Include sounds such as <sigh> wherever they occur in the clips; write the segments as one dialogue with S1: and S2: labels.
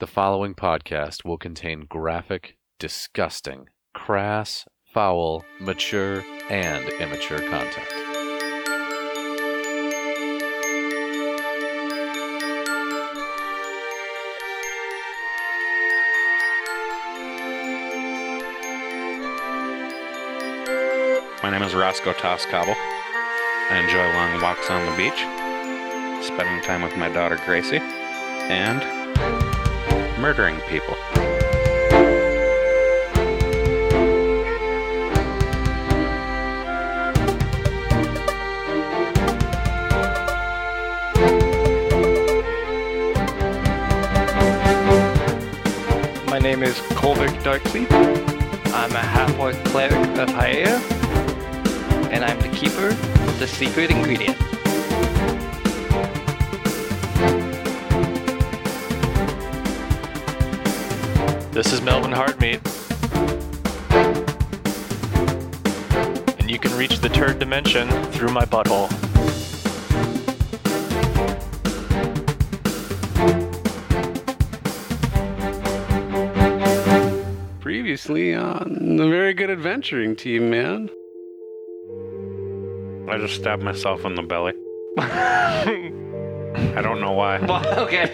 S1: The following podcast will contain graphic, disgusting, crass, foul, mature, and immature content.
S2: My name is Roscoe Toss Cobble. I enjoy long walks on the beach, spending time with my daughter Gracie, and murdering people.
S3: My name is Colvick Darkby. I'm a half-orc cleric of Hyea, and I'm the keeper of the secret ingredient.
S4: This is Melvin Hardmeat. And you can reach the turd dimension through my butthole.
S5: previously on the very good adventuring team, man.
S2: I just stabbed myself in the belly. <laughs> I don't know why.
S3: Well, okay.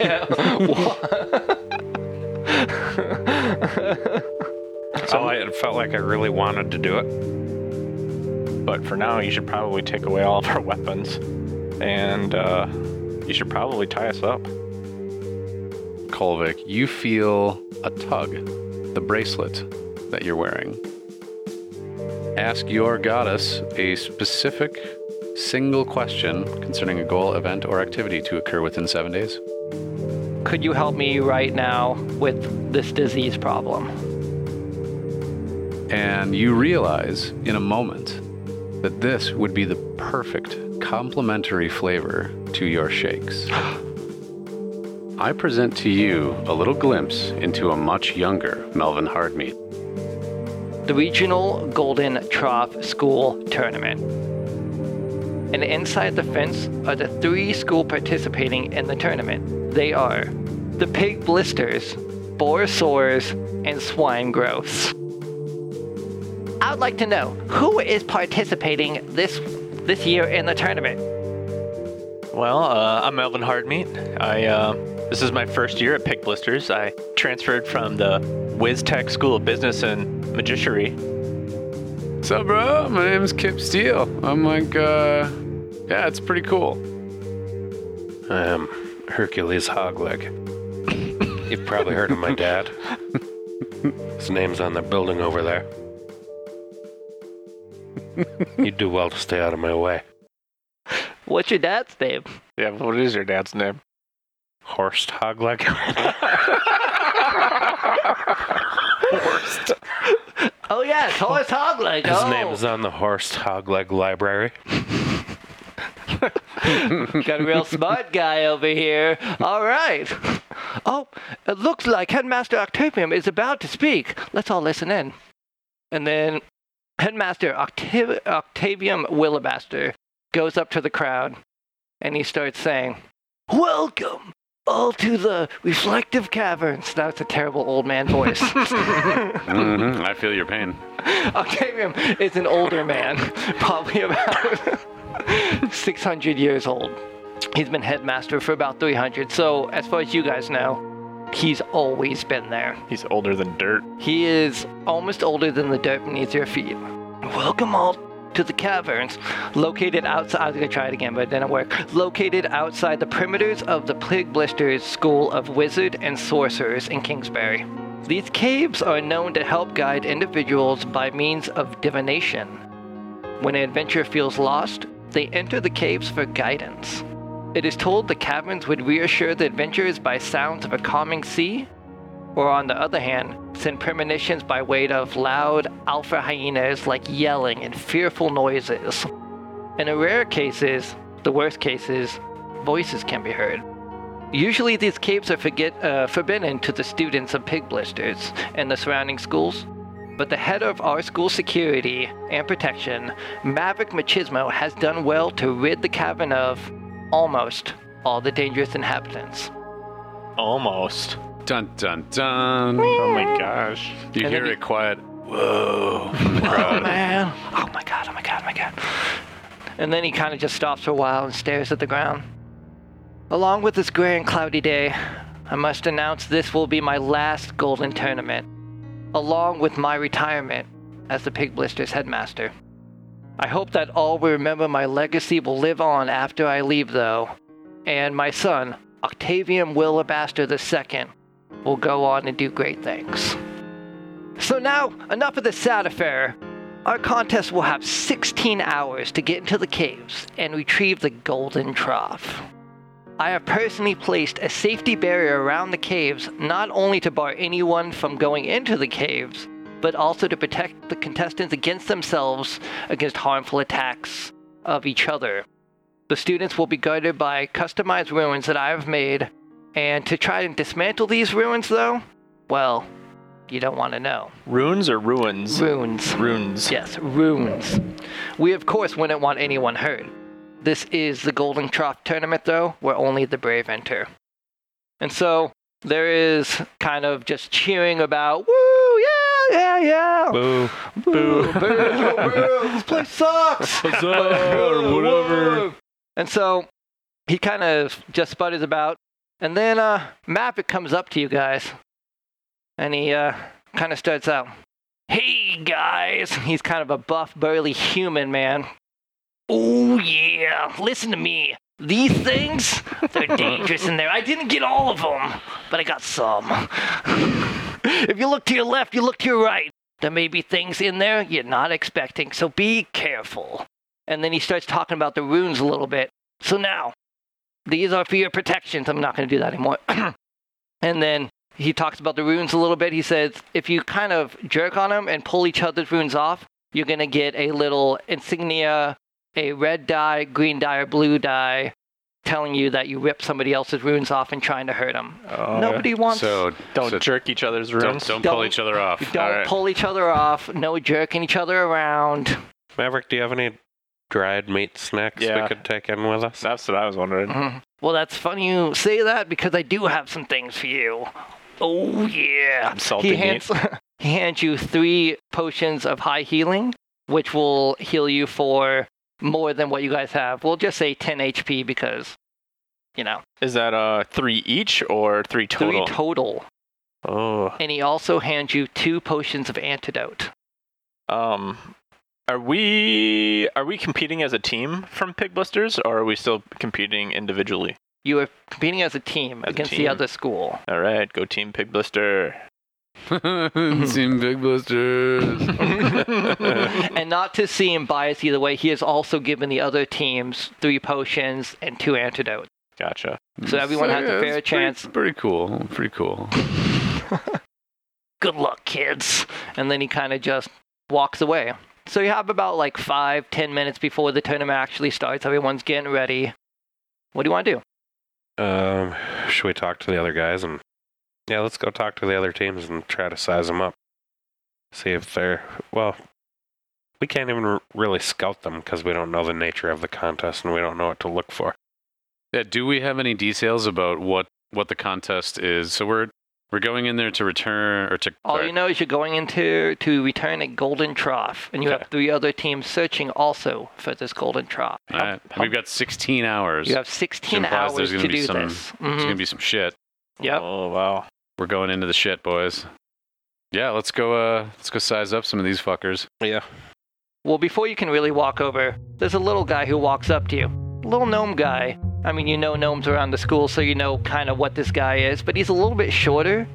S2: So I, it felt like I really wanted to do it.
S4: But for now, you should probably take away all of our weapons. And, uh, you should probably tie us up.
S1: Kolvik, you feel a tug, the bracelet that you're wearing. Ask your goddess a specific single question concerning a goal, event, or activity to occur within seven days.
S3: Could you help me right now with this disease problem?
S1: And you realize in a moment that this would be the perfect complementary flavor to your shakes. <gasps>
S5: I present to you a little glimpse into a much younger Melvin Hardmeat.
S3: The Regional Golden Trough School Tournament. And inside the fence are the three schools participating in the tournament. They are the Pig Blisters, Boar Sores, and Swine Growths. I would like to know who is participating this this year in the tournament.
S4: Well, uh, I'm Melvin Hardmeat. I, uh, this is my first year at Pick Blisters. I transferred from the WizTech School of Business and Magiciary.
S5: What's up, bro? My name's Kip Steele. I'm like, uh, yeah, it's pretty cool.
S2: I am Um, Hercules Hogleg. You've probably heard of my dad. His name's on the building over there. You'd do well to stay out of my way.
S3: What's your dad's name?
S4: Yeah, what is your dad's name?
S2: Horst Hogleg. <laughs>
S3: Oh yeah, Taurus Hogleg.
S2: His
S3: oh.
S2: name is on the Horst Hogleg Library.
S3: Got a real smart guy over here. All right. Oh, it looks like Headmaster Octavium is about to speak. Let's all listen in. And then Headmaster Octav- Octavium Willibaster goes up to the crowd and he starts saying, Welcome all to the reflective caverns. That's a terrible old man voice.
S5: Mm-hmm. I feel your pain.
S3: <laughs> Octavium is an older man, <laughs> probably about <laughs> 600 years old. He's been headmaster for about 300, so as far as you guys know, he's always been there.
S4: He's older than dirt.
S3: He is almost older than the dirt beneath your feet. Welcome all to the caverns located outside. I was gonna try it again, but it didn't work. Located outside the perimeters of the Plague Blisters School of Wizard and Sorcerers in Kingsbury. These caves are known to help guide individuals by means of divination. When an adventurer feels lost, they enter the caves for guidance. It is told the caverns would reassure the adventurers by sounds of a calming sea, or on the other hand, send premonitions by way of loud alpha hyenas like yelling and fearful noises. In the rare cases, the worst cases, voices can be heard. Usually, these caves are forget, uh, forbidden to the students of Pig Blisters and the surrounding schools, but the head of our school security and protection, Maverick Machismo, has done well to rid the cavern of almost all the dangerous inhabitants.
S4: Almost.
S1: Dun dun dun.
S2: Oh my gosh.
S1: You
S3: And
S1: hear
S3: then
S1: a quiet whoa from the
S3: Oh
S1: crowd.
S3: man! Oh my god! Oh my god! Oh my god! And then he kind of just stops for a while and stares at the ground. Along with this gray and cloudy day, I must announce this will be my last golden tournament, along with my retirement as the Pig Blisters headmaster. I hope that all will remember my legacy will live on after I leave, though, and my son, Octavian Willibaster II, will go on and do great things. So now, enough of the sad affair. Our contest will have 16 hours to get into the caves and retrieve the golden trough. I have personally placed a safety barrier around the caves not only to bar anyone from going into the caves, but also to protect the contestants against themselves against harmful attacks of each other. The students will be guarded by customized ruins that I have made, and to try and dismantle these ruins, though, well, you don't want to know.
S4: Runes or ruins?
S3: Runes.
S4: Runes.
S3: Yes, runes. We, of course, wouldn't want anyone hurt. This is the Golden Trough tournament, though, where only the brave enter. And so there is kind of just cheering about, woo, yeah, yeah, yeah.
S4: Boo.
S3: Boo, boo, boo, this place sucks. <laughs>
S4: Huzzah, or whatever.
S3: And so he kind of just sputters about. And then uh, Mappitt comes up to you guys. And he uh, kind of starts out, Hey guys! He's kind of a buff, burly human man. Oh yeah, listen to me. These things, they're dangerous in there. I didn't get all of them, but I got some. <laughs> if you look to your left, you look to your right. There may be things in there you're not expecting, so be careful. And then he starts talking about the runes a little bit. So now, these are for your protections. I'm not going to do that anymore. <clears throat> and then he talks about the runes a little bit. He says if you kind of jerk on them and pull each other's runes off, you're going to get a little insignia, a red die, green die, or blue die telling you that you ripped somebody else's runes off and trying to hurt them. Nobody wants
S1: Oh, So
S4: Oh,
S1: <laughs>
S4: Don't
S1: so
S4: jerk each other's
S1: don't,
S4: runes.
S1: don't pull
S3: Don't-
S1: each other off.
S3: Don't
S1: All right.
S3: pull each other off. No jerking each other around.
S2: Maverick, do you have any dried meat snacks
S4: Yeah.
S2: we could take in with us?
S4: That's what I was wondering.
S3: Mhm. Well, that's funny you say that because I do have some things for you. Oh yeah.
S4: Salty
S3: He
S4: meat.
S3: hands <laughs> he hands you three potions of high healing, which will heal you for more than what you guys have. We'll just say 10 HP because, you know,
S4: Is that uh three each or three total?
S3: three total.
S4: oh.
S3: And he also hands you two potions of antidote.
S4: Um. Are we are we competing as a team from Pig Blisters, or are we still competing individually?
S3: You are competing as a team
S4: As a
S3: against the
S4: team.
S3: other
S4: <laughs>
S3: school.
S4: All right, go team Pig Blister. <laughs>
S1: Team Big Blisters.
S4: Oh,
S3: and not to seem biased either way, he has also given the other teams three potions and two antidotes.
S4: Gotcha.
S3: So everyone has a
S1: yeah,
S3: fair
S1: it's pretty-
S3: chance.
S1: Pretty cool. Pretty cool.
S3: Good luck, kids. And then he kind of just walks away. So you have about like five, ten minutes before the tournament actually starts. Everyone's getting ready. What do you want to do?
S2: Um, should we talk to the other guys and yeah, let's go talk to the other teams and try to size them up. See if they're well. We can't even r- really scout them because we don't know the nature of the contest and we don't know what to look for.
S1: Yeah, do we have any details about what what the contest is? So we're we're going in there to return or to
S3: All
S1: sorry,
S3: you know is you're going into to return a golden trough, and you
S2: Okay.
S3: have three other teams searching also for this golden trough.
S1: all right.
S3: oh.
S1: we've got 16 hours.
S3: You have 16
S1: implies
S3: hours
S1: there's
S3: to
S1: gonna be
S3: do
S1: some-
S3: this. Mhm.
S1: It's gonna be some shit.
S3: Yep.
S4: Oh wow.
S1: We're going into the shit, boys. Yeah, let's go. Uh, let's go size up some of these fuckers.
S2: Yeah.
S3: Well, before you can really walk over, there's a little guy who walks up to you. Little gnome guy. I mean, you know gnomes around the school, so you know kind of what this guy is, but he's a little bit shorter.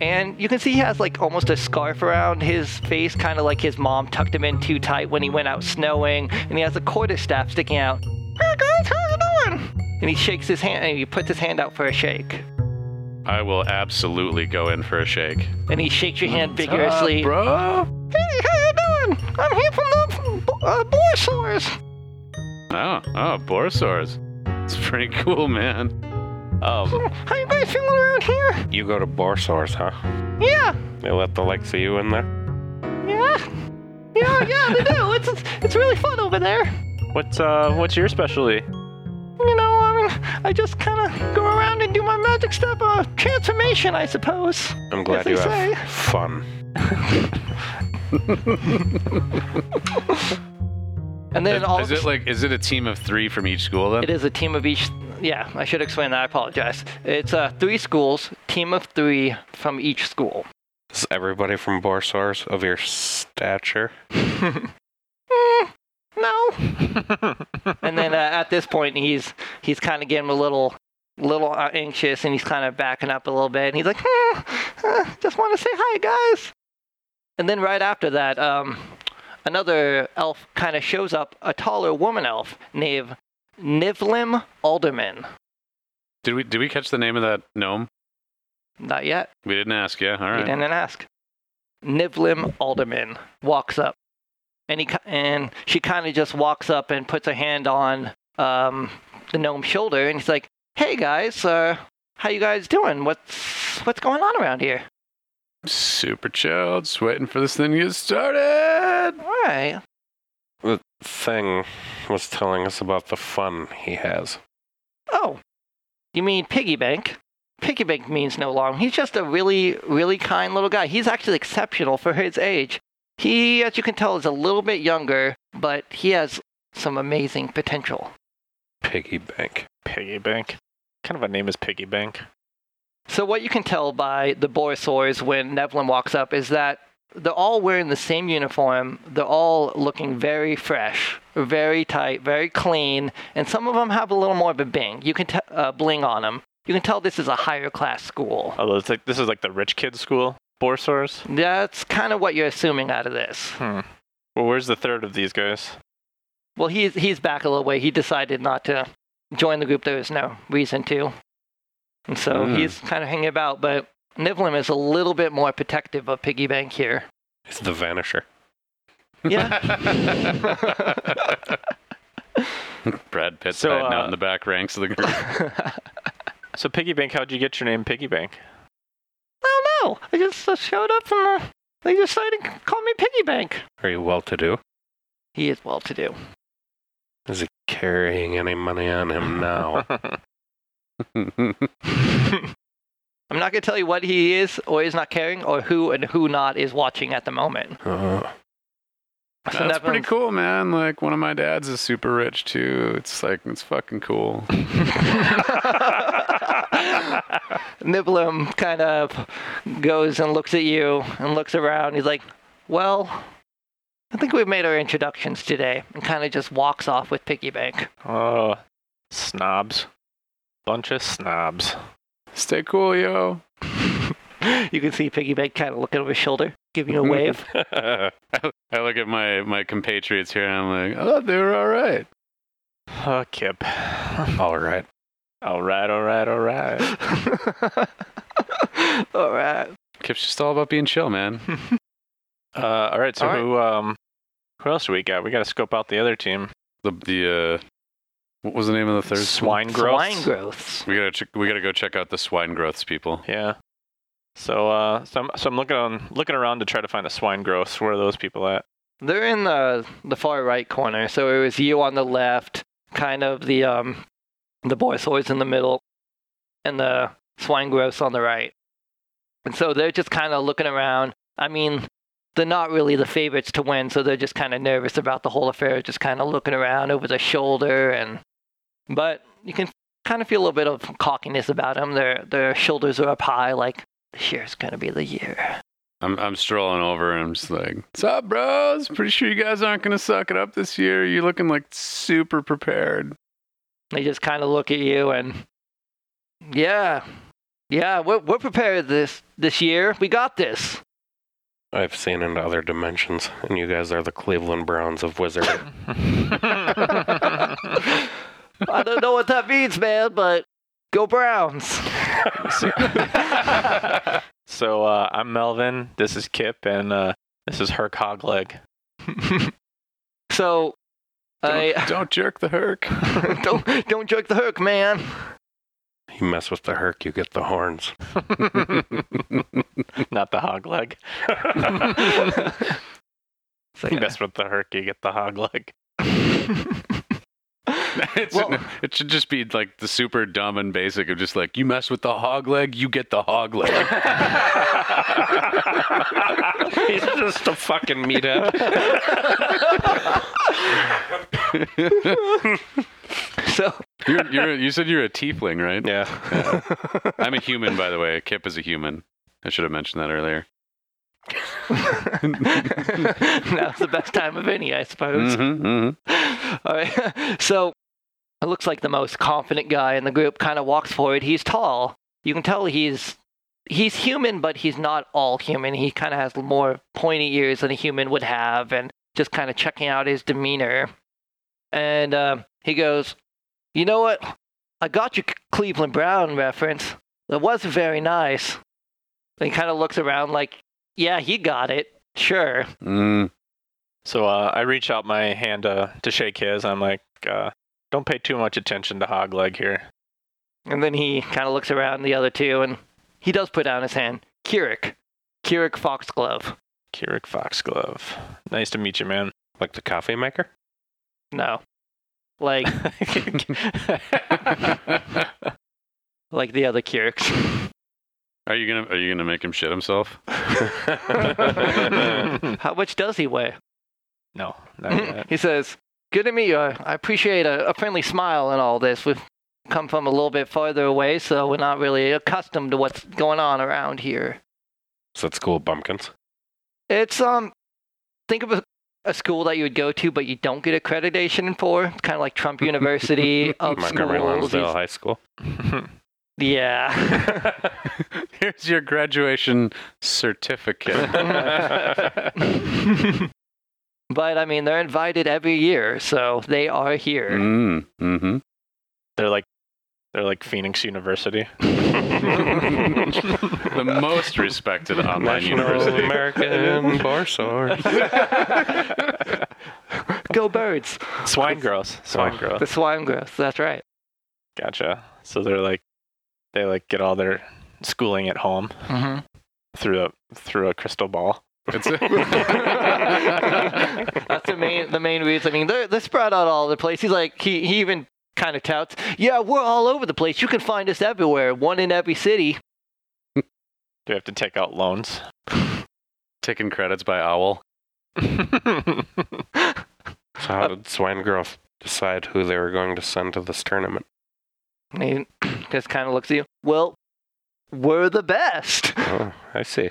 S3: And you can see he has like almost a scarf around his face, kind of like his mom tucked him in too tight when he went out snowing. And he has a quarterstaff sticking out. Hey guys, how you doing? And he shakes his hand, and he puts his hand out for a shake.
S1: I will absolutely go in for a shake. Uh,
S3: And he shakes your hand vigorously.
S1: bro.
S3: Hey, how you doing? I'm here from the uh, boy source.
S1: Oh, oh, borosaurs. It's pretty <laughs> cool, man.
S4: Um.
S3: How you guys feeling around here?
S2: You go to Borsors, huh?
S3: Yeah,
S2: They let the likes of you in there.
S3: yeah, yeah, yeah. They do. It's it's really fun over there.
S4: What's uh what's your specialty?
S3: You know, I mean, I just kind of go around and do my magic step uh, transformation, I suppose.
S2: I'm glad
S3: they
S2: you
S3: say.
S2: have fun.
S3: And then
S1: Is-
S3: all
S1: is it like is it a team of three from each school then?
S3: It is a team of each. Yeah, I should explain that. I apologize. It's uh, three schools, team of three from each school.
S2: Is everybody from Borsars of your stature?
S3: Mm, no. <laughs> and then uh, at this point, he's he's kind of getting a little little uh, anxious, and he's kind of backing up a little bit. And he's like, "Hmm, uh, just want to say hi, guys. And then right after that, um, another elf kind of shows up, a taller woman elf named Nivlim Alderman.
S1: Did we did we catch the name of that gnome?
S3: Not yet.
S1: We didn't ask. Yeah, all
S3: He
S1: right.
S3: didn't ask. Nivlim Alderman walks up, and he ki- and she kind of just walks up and puts a hand on um, the gnome's shoulder, and he's like, "Hey guys, uh, how you guys doing? What's what's going on around here?
S1: Super chilled, just waiting for this thing to get started.
S3: All right,
S2: The thing was telling us about the fun he has.
S3: oh, you mean piggy bank?" Piggy bank means no harm. He's just a really, really kind little guy. He's actually exceptional for his age. He, as you can tell, is a little bit younger, but he has some amazing potential.
S2: Piggy bank.
S4: Piggy bank. Kind of a name is Piggy Bank.
S3: So what you can tell by the Borosaurs when Nevlin walks up is that they're all wearing the same uniform. They're all looking very fresh, very tight, very clean, and some of them have a little more of a bing. You can t- uh, bling on them. You can tell this is a higher class school.
S4: Although it's like this is like the rich kid school. Borsors.
S3: That's kind of what you're assuming out of this.
S4: Hmm. Well, where's the third of these guys? <laughs>
S3: Well, he's he's back a little way. He decided not to join the group. There was no reason to, and so
S1: Mm.
S3: he's kind of hanging about. But Nivlim is a little bit more protective of Piggy Bank here.
S2: It's the vanisher.
S3: Yeah.
S1: Brad Pitt
S4: So,
S1: hiding
S4: uh,
S1: out in the back ranks of
S3: <laughs>
S1: the group. <laughs>
S4: So Piggy Bank, how'd you get your name Piggy Bank?
S3: I don't know. I just uh, showed up and uh, they decided to call me Piggy Bank.
S2: Are you well to do?
S3: He is well to do. <laughs>
S2: Is he carrying any money on him <laughs> now?
S3: I'm not going to tell you what he is or is not caring or who and who not is watching at the moment.
S2: Uh,
S3: So
S1: That's pretty
S3: one's- <laughs>
S1: cool, man. Like one of my dads is super rich too. It's like it's fucking cool.
S3: Nibblum kind of goes and looks at you and looks around. He's like, Well, I think we've made our introductions today and kind of just walks off with Piggy Bank. <laughs>
S4: oh, snobs. Bunch of snobs.
S1: Stay cool, yo.
S3: you can see Piggy Bank kind of looking over his shoulder, giving
S1: <laughs>
S3: you a wave.
S1: I look at my my compatriots here and I'm like, I thought they were all right.
S4: Oh, Kip.
S2: all right.
S4: all right, all right, all
S3: <laughs>
S4: right.
S3: All right.
S1: Kip's just all about being chill, man.
S4: Uh, all right. So
S3: All right.
S4: who um, who else do we got? We got to scope out the other team.
S1: The the uh, what was the name of the third? school?
S4: swine growth.
S3: Swine growths.
S1: We gotta ch- we gotta go check out the swine growths people.
S4: Yeah. So uh, so I'm, so I'm looking on looking around to try to find the swine growths. Where are those people at? <laughs>
S3: They're in the the far right corner, so it was you on the left, kind of the um the boy swords in the middle, and the swine growths on the right. And so they're just kind of looking around. I mean, they're not really the favorites to win, so they're just kind of nervous about the whole affair, just kind of looking around over their shoulder and but you can kind of feel a little bit of cockiness about them. Their their shoulders are up high like this year's going to be the year.
S1: I'm I'm strolling over and I'm just like, "What's up, bros? Pretty sure you guys aren't gonna suck it up this year. You're looking like super prepared."
S3: They just kind of look at you and, yeah, yeah, we're, we're prepared this this year. We got this.
S2: I've seen into other dimensions, and you guys are the Cleveland Browns of <laughs> wizardry.
S3: I don't know what that means, man, but go Browns.
S4: so uh, I'm Melvin. This is Kip, and uh, this is Herc Hogleg.
S3: So,
S1: <laughs> Don't,
S3: I
S1: don't jerk the herc.
S3: <laughs> don't don't jerk the hook, man.
S2: you mess with the Herc, you get the horns.
S4: Not the
S3: <laughs>
S4: hog leg.
S3: So,
S4: You mess with the Herc, you get the hog leg.
S1: <laughs> It's-
S3: Well-
S1: it should just be like the super dumb and basic of just like you mess with the hog leg, you get the hog <laughs> leg.
S2: <laughs> He's just a fucking meathead.
S3: So <laughs>
S1: You're, you're, you said you're a tiefling, right?
S2: Yeah.
S1: I'm a human, by the way. Kip is a human. I should have mentioned that <laughs> earlier.
S3: now's the best time of any, I suppose.
S1: Mm-hmm,
S3: <laughs>
S1: mm-hmm.
S3: All right. So it looks like the most confident guy in the group kind of walks forward. He's tall. You can tell he's he's human, but he's not all human. He kind of has more pointy ears than a human would have, and just kind of checking out his demeanor. And um, he goes, "You know what? I got your Cleveland Brown reference. That was very nice." And he kind of looks around like, "Yeah, he got it. Sure."
S1: Mm.
S4: So uh, I reach out my hand uh, to shake his. I'm like, uh, don't pay too much attention to hog leg here.
S3: And then he kind of looks around the other two, and he does put down his hand. Kirik. Kirik Foxglove.
S4: Kirik Foxglove. Nice to meet you, man.
S2: <laughs> Like the coffee maker?
S3: No. Like <laughs>
S1: mm-hmm.
S3: like the other Kiriks.
S1: Are you gonna Are you gonna make him shit himself?
S3: <laughs> How much does he weigh?
S4: no, not yet.
S3: <laughs>
S4: <laughs>
S3: he says, Good to meet you. I I appreciate a, a friendly smile in all this. We've come from a little bit farther away, so we're not really accustomed to what's going on around here.
S2: So it's cool, bumpkins.
S3: It's um, think of a, a school that you would go to, but you don't get accreditation for. It's kind of like
S4: <laughs>
S3: Trump University of
S2: Montgomery
S3: schools.
S2: Lonsdale High School.
S3: Yeah,
S1: <laughs> Here's your graduation certificate.
S3: but I mean they're invited every year, so they are here.
S1: Mm. Mm-hmm.
S4: they're like they're like Phoenix University.
S1: The most respected online
S2: National
S1: university.
S2: American Borsor.
S3: Go birds!
S4: <laughs> Swine gross. Swine
S2: Oh.
S4: gross.
S3: The swine growth. That's right.
S4: Gotcha. So they're like they like get all their schooling at home
S3: Mm-hmm. <laughs>
S4: through a through a crystal ball.
S1: It's <laughs> a-
S3: That's the main the main reason. I mean, they're, they're spread out all over the place. He's like he, he even kind of touts, "Yeah, we're all over the place. You can find us everywhere. One in every city."
S4: Do we have to take out loans? <laughs>
S1: Taking credits by Owl.
S2: So how did Swinegrove decide who they were going to send to this <laughs> tournament?
S3: And he <clears throat> just kind of looks at you. Well, we're the best.
S2: Oh, I see.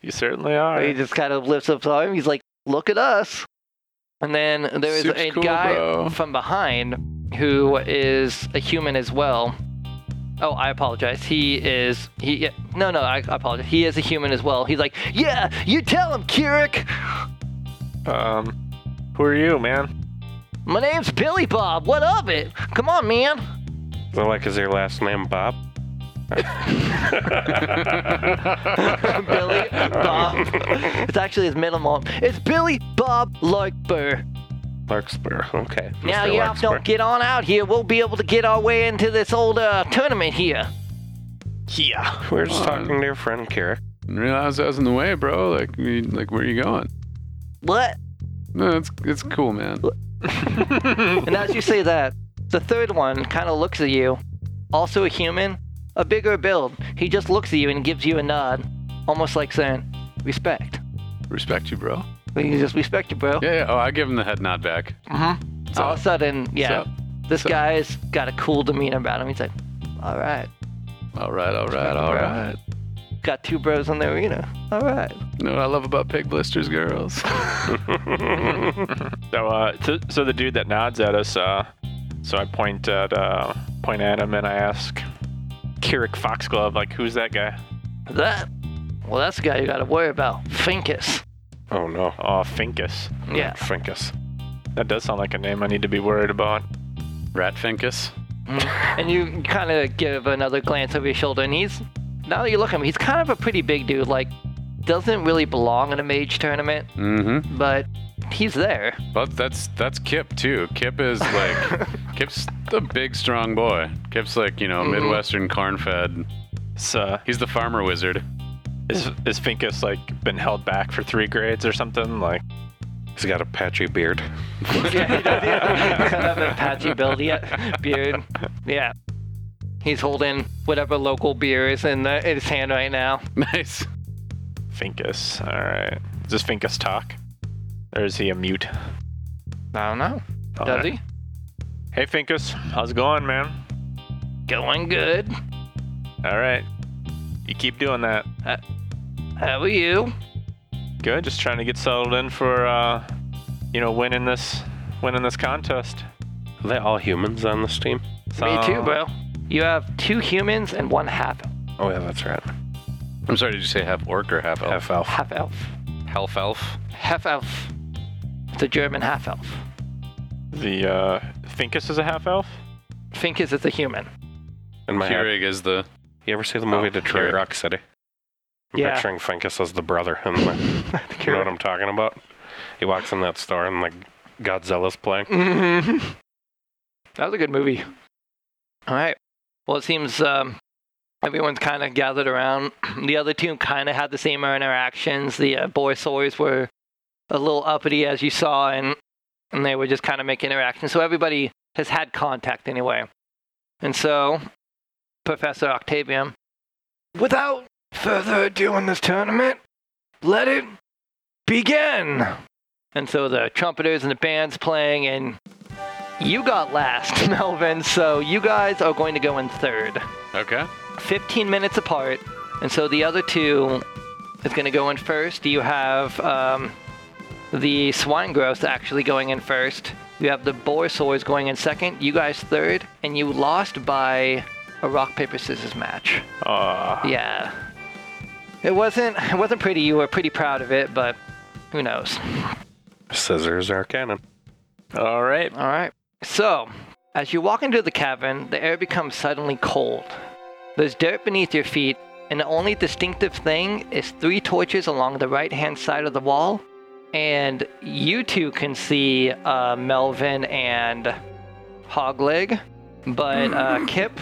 S4: you certainly are.
S3: He just kind of lifts up his arm. He's like, "Look at us." And then there is
S1: Soup's
S3: a
S1: cool,
S3: guy
S1: bro.
S3: from behind who is a human as well. Oh, I apologize. He is he. yeah, No, no, I, I apologize. He is a human as well. He's like, "Yeah, you tell him, Kirik.
S4: Um, who are you, man?
S3: My name's Billy Bob. What of it? Come on, man." <laughs>
S2: So like, is your last name Bob?
S3: Billy
S1: <laughs>
S3: Bob. it's actually his middle name. It's Billy Bob Larkburr.
S2: Larkspur. Okay. Mr.
S3: Now y'all
S2: Larkspur.
S3: don't get on out here. We'll be able to get our way into this old uh, tournament here.
S4: Yeah.
S2: We We're just talking to your friend Kira.
S1: Didn't realize I was in the way, bro. Like, I mean, like, where are you going?
S3: What?
S1: No, it's it's cool, man.
S3: And as you say that, the third one kind of looks at you, also a human, a bigger build. He just looks at you and gives you a nod, almost like saying, respect.
S1: Respect you, bro.
S3: He just respect you, bro.
S1: Yeah, yeah. Oh, I give him the head nod back.
S3: All of a sudden, yeah,
S1: Sup?
S3: this
S1: Sup?
S3: guy's got a cool demeanor about him. He's like, all right.
S1: All right, all right, all
S3: Bro.
S1: right.
S3: Got two bros in the arena. All right.
S1: You know what I love about pig blisters, girls?
S4: So, uh, th- so the dude that nods at us, uh, so I point at, uh, point at him and I ask, Kirik Foxglove, like, who's that guy?
S3: That, well, that's the guy you got to worry about. Finkus.
S2: Oh no.
S4: Oh, Finkus.
S3: Yeah.
S2: Finkus.
S4: That does sound like a name I need to be worried about.
S1: <laughs> Rat Finkus.
S3: Mm-hmm. And you kind of give another glance over your shoulder, and he's now that you look at him, he's kind of a pretty big dude. Like, doesn't really belong in a mage tournament,
S1: Mm-hmm.
S3: but he's there. <laughs>
S1: But that's that's Kip too. Kip is <laughs> like, Kip's the big strong boy. Kip's like you know midwestern corn fed.
S4: Is, uh,
S1: He's the farmer wizard. <laughs>
S4: is, is Finkus, like, been held back for three grades or something? Like,
S2: He's got a patchy beard.
S3: yeah, he does, yeah. Kind of a patchy build yeah. beard. Yeah. He's holding whatever local beer is in, the, in his hand right now.
S1: Nice.
S4: Finkus. All right. Does Finkus talk? Or is he a mute?
S3: I don't know. Does he?
S4: Hey, Finkus. How's it going, man?
S3: Going good.
S4: All right. You keep doing that.
S3: How are you?
S4: Good. Just trying to get settled in for, uh, you know, winning this, winning this contest.
S2: Are they all humans on this team?
S3: Me too,
S4: So-
S3: bro. You have two humans and one half
S2: Oh yeah, that's right.
S1: I'm sorry, did you say half orc or half elf?
S2: Half elf.
S3: half elf.
S1: Half elf.
S3: Half elf. The German half elf.
S4: The uh, Finkus is a half elf.
S3: Finkus is a human.
S2: In my head.
S1: Keurig is the.
S2: You ever see the movie
S1: Oh,
S2: Detroit
S1: Keurig.
S2: Rock City? I'm
S3: Yeah.
S2: picturing Finkus as the brother. And the,
S3: <laughs>
S2: you know what I'm talking about? He walks in that store and like Godzilla's playing.
S3: hmm <laughs> That was a good movie. All right. Well, it seems um, everyone's kind of gathered around. <clears throat> The other two kind of had the same interactions. The uh, Borosaurs were a little uppity, as you saw, and, and they were just kind of making interactions. So everybody has had contact anyway. And so, Professor Octavium, without further ado in this tournament, let it begin. And so the trumpeters and the band's playing, and you got last, <laughs> Melvin. So you guys are going to go in third.
S1: Okay.
S3: 15 minutes apart. And so the other two is going to go in first. You have um, the Swinegross actually going in first. You have the Borosaurs going in second. You guys third. And you lost by a rock, paper, scissors match.
S4: Uh,
S3: Yeah. It wasn't, it wasn't pretty. You were pretty proud of it, but who knows?
S2: Scissors are cannon.
S4: all right.
S3: All right. So, as you walk into the cavern, the air becomes suddenly cold. There's dirt beneath your feet, and the only distinctive thing is three torches along the right hand side of the wall. And you two can see uh, Melvin and Hogleg, but uh, Kip,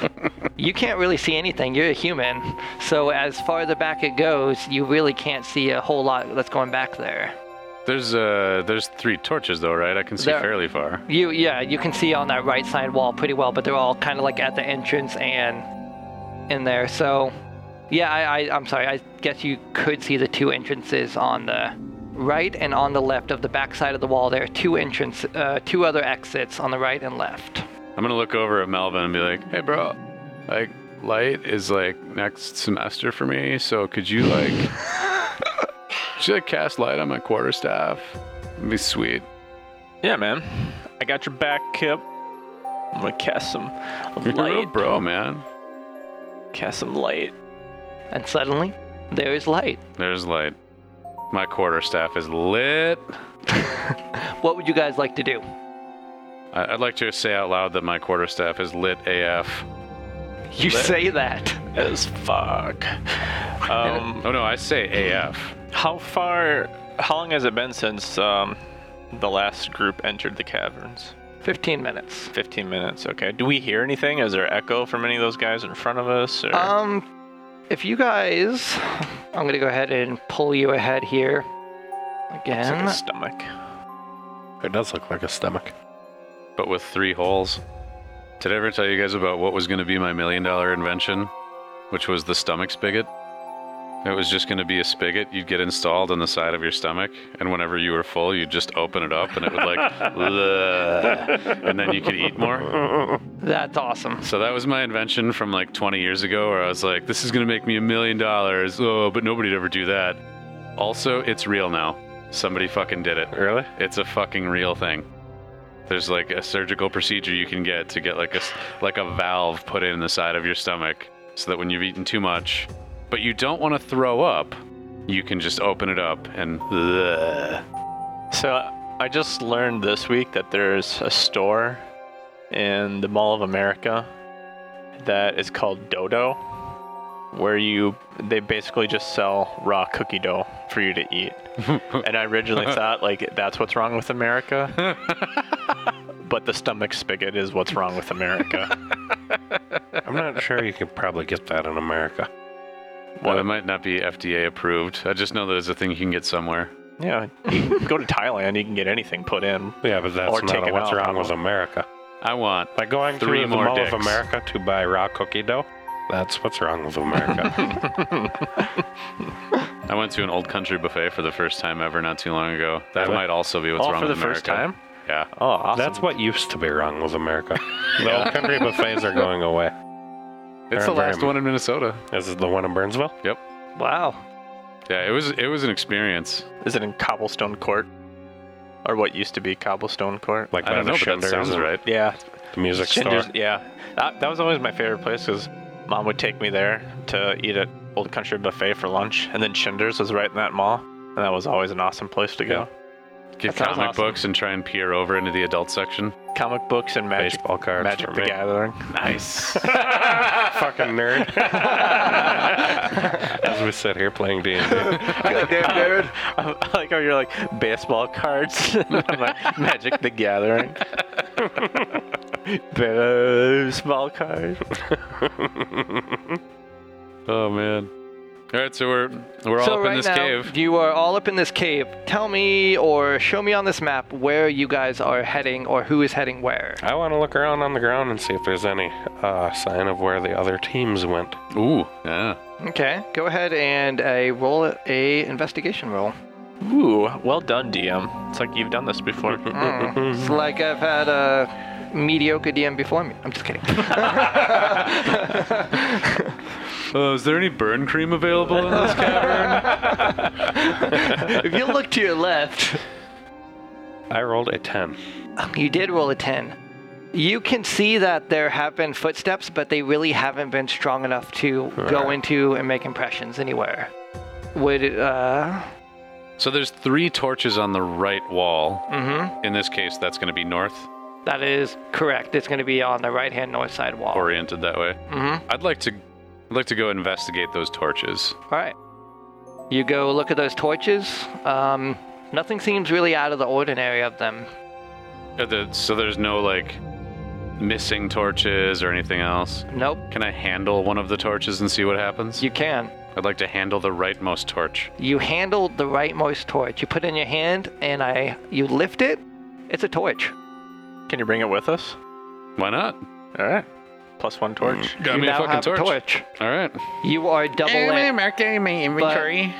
S3: you can't really see anything. You're a human. So, as farther back it goes, you really can't see a whole lot that's going back there.
S1: There's uh, there's three torches though, right? I can see
S3: There-
S1: fairly far.
S3: You yeah, you can see on that right side wall pretty well, but they're all kind of like at the entrance and in there. So yeah, I, I I'm sorry. I guess you could see the two entrances on the right and on the left of the back side of the wall. There are two entrance, uh, two other exits on the right and left.
S1: I'm gonna look over at Melvin and be like, "Hey, bro, like light is like next semester for me, so could you like, could you like cast light on my quarterstaff? It'd be sweet."
S4: Yeah, man. I got your back, Kip. I'm gonna cast some
S1: You're a
S3: <laughs>
S4: light.
S1: bro, man.
S4: Cast some light.
S3: And suddenly, there is light.
S1: There's light. My quarterstaff is lit.
S3: What would you guys like to do?
S1: I- I'd like to say out loud that my quarterstaff is lit AF.
S3: You say that. <laughs>
S4: As fuck. Um,
S1: Oh no, I say AF.
S4: how far? How long has it been since um, the last group entered the caverns?
S3: 15 minutes.
S4: 15 minutes. Okay. Do we hear anything? Is there echo from any of those guys in front of us? Or?
S3: Um, if you guys, I'm gonna go ahead and pull you ahead here.
S4: It's like
S3: Again,
S4: a stomach.
S2: It does look like a stomach.
S1: but with three holes. Did I ever tell you guys about what was going to be my million dollar invention, which was the stomach spigot? It was just going to be a spigot you'd get installed on the side of your stomach, and whenever you were full, you'd just open it up and it would like, "Bleh," and then you could eat more.
S3: that's awesome.
S1: So that was my invention from like 20 years ago, where I was like, this is going to make me a million dollars. Oh, but nobody'd ever do that. Also, it's real now. Somebody fucking did it.
S2: Really?
S1: It's a fucking real thing. There's like a surgical procedure you can get to get like a s- like a valve put in the side of your stomach so that when you've eaten too much, but you don't want to throw up, you can just open it up and Ugh.
S4: So I just learned this week that there's a store in the Mall of America that is called Dodo, where you they basically just sell raw cookie dough for you to eat. and I originally thought like that's what's wrong with America. But the stomach spigot is what's wrong with America.
S2: I'm not sure you could probably get that in America.
S1: well, it might not be FDA approved. I just know that it's a thing you can get somewhere.
S4: Yeah, you can go to Thailand, you can get anything put in.
S2: Yeah, but that's
S4: Or
S2: not
S4: take
S2: a
S4: it
S2: what's
S4: out,
S2: wrong with
S4: probably.
S2: America.
S1: I want
S2: By going
S1: Three
S2: to the
S1: more
S2: Mall of
S1: dicks.
S2: America to buy raw cookie dough, that's what's wrong with
S1: <laughs>
S2: America.
S1: I went to an old country buffet for the first time ever not too long ago. That
S2: Really?
S1: might also be what's
S4: All
S1: wrong
S4: for the
S1: with
S4: first
S1: America.
S4: time.
S1: Yeah.
S4: Oh, awesome.
S2: that's what used to be wrong with
S1: <laughs>
S2: America. The old country buffets are going away.
S1: It's the
S2: Very
S1: last
S2: much.
S1: one in Minnesota.
S2: This is the one in Burnsville.
S3: Wow.
S1: Yeah, it was it was an experience.
S4: Is it in Cobblestone Court? Or what used to be Cobblestone Court?
S2: Like
S1: I
S2: by
S1: don't
S2: the
S1: know, but that
S2: Shinders
S1: sounds
S2: and
S1: right.
S4: Yeah.
S2: The music
S4: Schindler's- e-
S2: store.
S4: Yeah. That, that was always my favorite place because mom would take me there to eat at Old Country Buffet for lunch. And then Schindler's was right in that mall. And that was always an awesome place to go.
S1: Get
S4: That sounds
S1: comic
S4: awesome.
S1: books and try and peer over into the adult section.
S4: Comic books and magic,
S2: Baseball cards
S4: magic
S2: for
S4: the
S2: me.
S4: Gathering.
S2: <laughs>
S1: Nice.
S2: Fucking nerd. As we sit here playing D and D.
S4: dude. <laughs> I like how you're like baseball cards. <laughs> I'm like Magic the Gathering. <laughs> Baseball cards.
S1: oh man. All right, so we're we're all
S3: so
S1: up
S3: right
S1: in this
S3: now,
S1: cave.
S3: you are all up in this cave. Tell me or show me on this map where you guys are heading or who is heading where.
S2: I want to look around on the ground and see if there's any uh, sign of where the other teams went.
S1: Ooh, yeah.
S3: Okay. Go ahead and a roll a investigation roll.
S4: Ooh, well done, DM. It's like you've done this
S2: <laughs>
S4: before. Mm,
S3: It's
S1: Mm-hmm.
S3: like I've had a mediocre DM before me. I'm just
S1: <laughs>
S3: kidding.
S1: Uh, is there any burn cream available in <laughs> this cavern?
S3: if you look to your left,
S2: I rolled a 10.
S3: you did roll a 10. You can see that there have been footsteps, but they really haven't been strong enough to go into and make impressions anywhere. Would, uh,
S1: so there's three torches on the right wall.
S3: mm-hmm.
S1: In this case, that's going to be north
S3: That is correct. It's going to be on the right hand north side wall.
S1: oriented that way.
S3: Mm-hmm.
S1: I'd like to I'd like to go investigate those torches.
S3: All right. You go look at those torches. Um, nothing seems really out of the ordinary of them.
S1: Uh, the- so there's no like missing torches or anything else.
S3: Nope,
S1: Can I handle one of the torches and see what happens?
S3: you can.
S1: I'd like to handle the rightmost torch.
S3: You handle the rightmost torch. You put it in your hand, and I, you lift it. It's a torch.
S4: Can you bring it with us?
S1: Why not?
S4: All right. Plus one torch.
S2: Mm.
S1: Got
S3: you
S1: me a
S3: now
S1: fucking
S3: have
S1: torch.
S3: a torch.
S1: All right.
S3: You are double in. But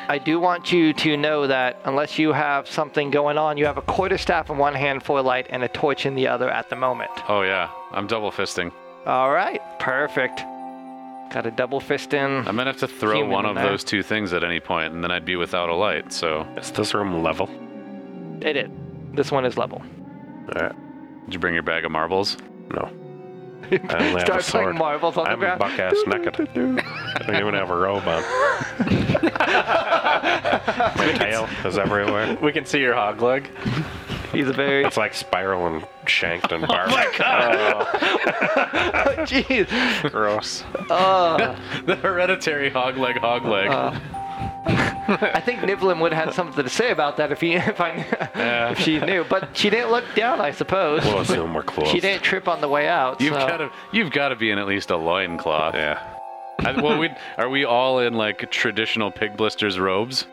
S3: I do want you to know that unless you have something going on, you have a quarter staff in one hand for light and a torch in the other at the moment.
S1: Oh yeah, I'm double fisting.
S3: All right, perfect. Got a double fist in.
S1: I'm gonna have to throw
S3: Human
S1: one
S3: in
S1: of
S3: there.
S1: those two things at any point, and then I'd be without a light. So
S2: Is this room level?
S3: It is. This one is level.
S2: Alright.
S1: did you bring your bag of marbles?
S2: Uh,
S1: <laughs>
S2: No. I only have a
S3: Start
S2: sword.
S3: playing marbles on the
S2: I'm
S3: ground.
S2: buck ass naked. I don't even have a robe on. My tail is everywhere.
S4: We can see your hog leg.
S3: He's a very.
S2: It's like spiral and shanked
S4: <laughs> Oh
S2: and barbed.
S3: <laughs> Jeez.
S4: Gross.
S3: Uh,
S1: the hereditary hog leg, hog leg.
S3: I think Niblin would have had something to say about that if he, <laughs> if, I, if she knew. But she didn't look down, I suppose.
S2: We'll assume we're close.
S3: She didn't trip on the way out.
S1: you've
S3: so-
S1: gotta, you've gotta be in at least a loincloth.
S2: Yeah.
S1: I, well, we are we all in like traditional pig blisters robes?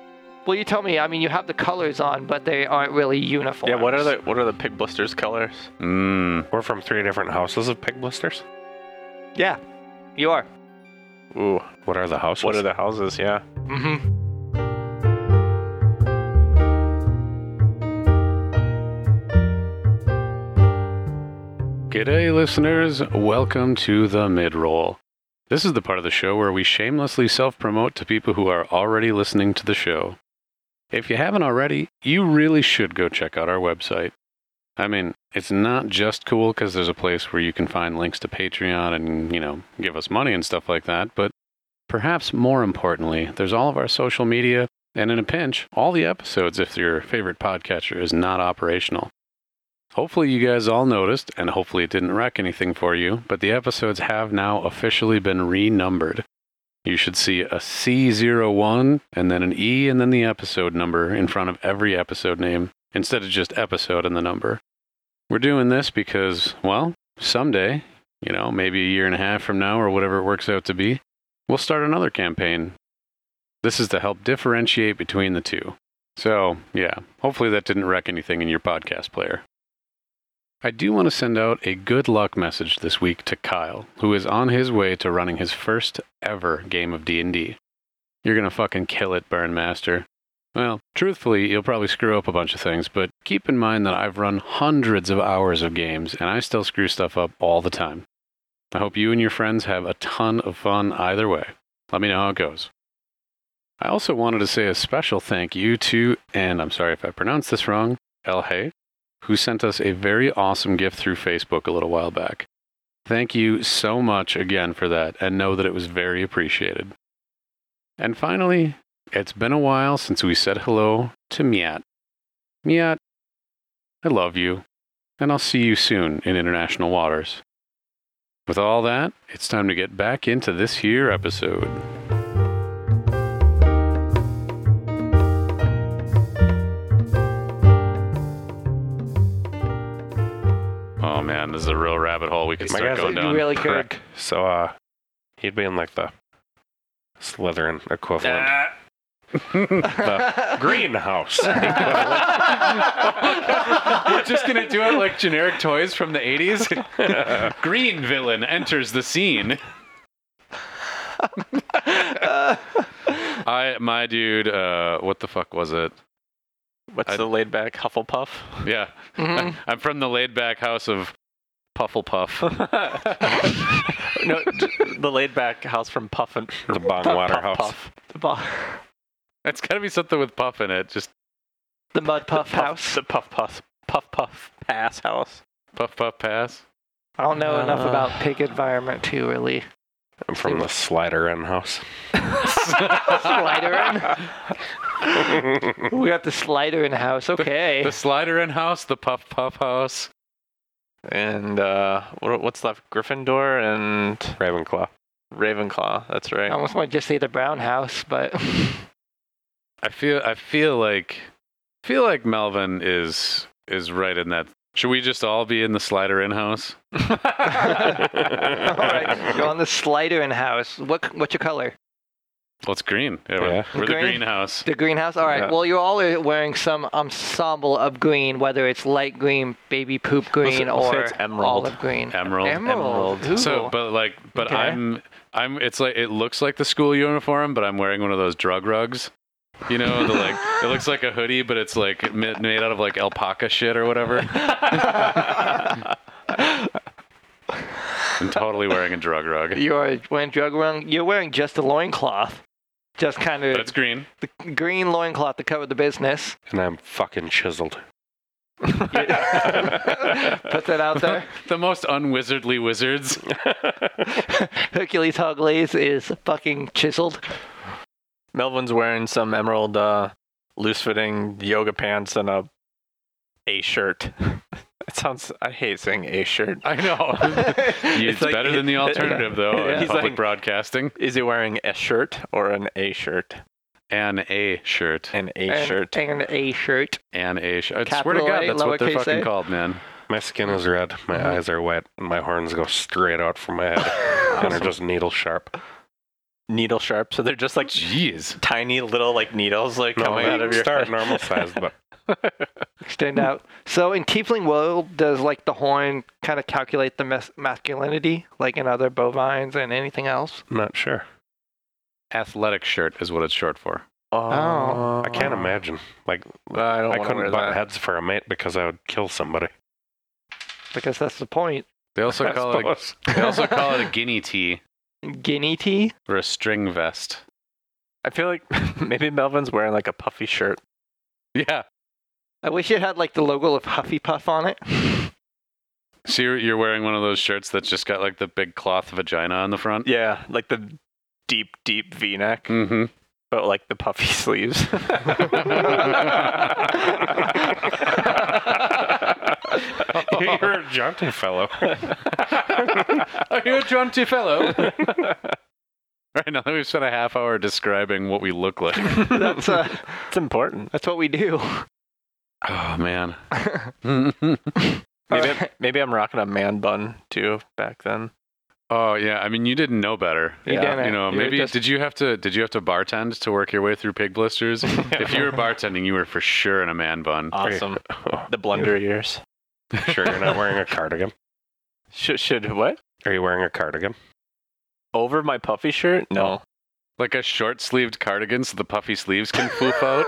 S3: Well, you tell me. I mean, you have the colors on, but they aren't really uniform.
S4: Yeah. What are the What are the pig blisters colors?
S1: Mmm.
S2: We're from three different houses of pig blisters.
S3: Yeah, you are.
S4: Ooh.
S2: What are the houses?
S4: What are the houses? Yeah.
S3: Mm-hmm.
S1: G'day, listeners. Welcome to the mid roll. This is the part of the show where we shamelessly self promote to people who are already listening to the show. If you haven't already, you really should go check out our website. I mean, it's not just cool because there's a place where you can find links to Patreon and, you know, give us money and stuff like that, but perhaps more importantly, there's all of our social media and, in a pinch, all the episodes if your favorite podcatcher is not operational. Hopefully, you guys all noticed, and hopefully, it didn't wreck anything for you, but the episodes have now officially been renumbered. You should see a C01 and then an E and then the episode number in front of every episode name instead of just episode and the number. We're doing this because, well, someday, you know, maybe a year and a half from now or whatever it works out to be, we'll start another campaign. This is to help differentiate between the two. So, yeah, hopefully that didn't wreck anything in your podcast player. I do want to send out a good luck message this week to Kyle, who is on his way to running his first ever game of D&D. You're going to fucking kill it, Burn Master. Well, truthfully, you'll probably screw up a bunch of things, but keep in mind that I've run hundreds of hours of games and I still screw stuff up all the time. I hope you and your friends have a ton of fun either way. Let me know how it goes. I also wanted to say a special thank you to, and I'm sorry if I pronounced this wrong, El Hay, who sent us a very awesome gift through Facebook a little while back. Thank you so much again for that, and know that it was very appreciated. And finally, it's been a while since we said hello to Miat. Miat, I love you, and I'll see you soon in international waters. With all that, it's time to get back into this here episode. Oh man, this is a real rabbit hole we could
S2: My
S1: start
S2: guys,
S1: going
S3: You
S1: down.
S3: really could.
S2: Prick. So uh, he'd be in like the Slytherin equivalent.
S4: <laughs>
S2: Greenhouse.
S1: We're just gonna do it like generic toys from the 80s. <laughs> Green villain enters the scene. I my dude, uh, what the fuck was it?
S4: What's
S1: I-
S4: the laid back
S2: <laughs>
S4: Hufflepuff?
S1: Yeah, <laughs>
S3: Mhm.
S1: I'm from the laid back house of Pufflepuff. <laughs>
S4: no, d- the laid back house from Puff and
S2: the Bong Water House.
S4: Puff. The, bo-
S1: It's gotta be something with puff in it. Just
S3: The mud puff house.
S4: The Puff Puff. Puff Puff Pass House.
S1: puff puff pass.
S3: I don't know enough
S4: Uh.
S3: about pig environment to really. <laughs>
S2: I'm from the Slider in
S4: <laughs>
S2: House.
S3: Slider in. we got the slider in house. Okay.
S1: The slider in house, the puff puff house.
S4: And uh, what, what's left? Gryffindor and
S2: Ravenclaw.
S4: Ravenclaw. That's
S3: I
S4: right.
S3: almost want to just say the brown house, but
S1: I feel I feel like feel like Melvin is is right in that. Should we just all be in the slider in house?
S3: all right, you're on the slider in house. What what's your color?
S1: Well, it's green. Yeah, we're-
S2: Yeah.
S1: We're
S3: Green.
S1: the greenhouse.
S3: The greenhouse. All right.
S1: Yeah.
S3: Well, you all are wearing some ensemble of green, whether it's light green, baby poop green,
S4: we'll say
S3: or
S4: it's emerald.
S3: olive green.
S1: Emerald.
S3: Emerald.
S4: Emerald.
S3: Ooh.
S1: So, but like, but
S3: Okay.
S1: I'm, I'm. It's like it looks like the school uniform, but I'm wearing one of those drug rugs. You know, the
S3: <laughs>
S1: like it looks like a hoodie, but it's like ma- made out of like alpaca shit or whatever. I'm totally wearing a drug rug,
S3: you are wearing drug run. You're wearing just a loincloth. Just kind
S1: but
S3: of
S1: it's green.
S3: the green loincloth to cover the business.
S2: And I'm fucking chiseled.
S4: <laughs>
S3: Put that out there. <laughs>
S1: The most unwizardly wizards.
S4: <laughs>
S2: <laughs>
S3: Hercules Hoglays is fucking chiseled.
S4: Melvin's wearing some emerald uh, loose fitting yoga pants and a A shirt. <laughs> It sounds I hate saying A shirt.
S1: I know. it's
S4: <laughs> It's like-
S1: better than the alternative though. in
S4: He's
S1: public
S4: like-
S1: broadcasting.
S4: Is he wearing a shirt or an A shirt?
S1: An A shirt.
S4: An A
S3: And-
S4: shirt.
S3: And a shirt.
S1: An A shirt. I swear to
S3: Capital
S1: God,
S3: A,
S1: that's what they're
S3: lowercase
S1: fucking
S3: a.
S1: called, man.
S2: My skin is red. My
S4: Mm-hmm.
S2: eyes are wet. And my horns go straight out from my
S4: <laughs>
S2: head. and are just needle sharp.
S4: Needle sharp. So they're just like
S1: Jeez.
S4: tiny little like needles like
S2: No,
S4: coming out of your
S2: start normal sized, but
S3: Extend out. So in Tiefling World, does like the horn kind of calculate the mas- masculinity, like in other bovines and anything else?
S2: I'm not sure.
S1: Athletic shirt is what it's short for.
S3: Oh.
S2: I can't imagine. Like
S4: Well, Oh, I don't
S2: I
S4: wanna wear
S2: couldn't butt
S4: that.
S2: heads for a mate because I would kill somebody. <laughs>
S3: Because that's the point.
S1: They also
S2: I
S1: call it. A,
S2: suppose.
S1: they
S2: <laughs>
S1: also <laughs> call it a guinea tee
S3: Guinea tea.
S1: or a string vest.
S4: I feel like <laughs> maybe Melvin's wearing like a puffy shirt.
S1: Yeah.
S3: I wish it had like the logo of Huffy Puff on it. <laughs>
S1: So you're, you're wearing one of those shirts that's just got like the big cloth vagina on the front.
S4: Yeah, like the deep, deep V neck,
S1: Mm-hmm.
S4: but like the puffy <laughs> sleeves.
S2: You're a jaunty fellow.
S1: <laughs> Are you a jaunty <laughs> fellow? All right now that we've spent a half hour describing what we look like.
S3: That's uh,
S4: it's important.
S3: that's what we do.
S1: <laughs>
S3: <laughs>
S1: Oh <laughs> man.
S3: All
S1: Mm-hmm.
S4: Maybe,
S3: right.
S4: maybe I'm rocking a man bun too back then.
S1: Oh yeah, I mean you didn't know better.
S3: You
S1: yeah.
S4: <laughs>
S3: didn't.
S1: You know,
S4: You were
S1: maybe
S4: just-
S1: did you have to did you have to bartend to work your way through pig blisters? if you were bartending, you were for sure in a man bun.
S4: <laughs> Awesome. The blunder years.
S2: sure you're not wearing a cardigan?
S4: Should, should what?
S2: Are you wearing a cardigan?
S4: Over my puffy shirt?
S3: <laughs>
S4: No.
S1: Like a short sleeved cardigan so the puffy sleeves can poof out.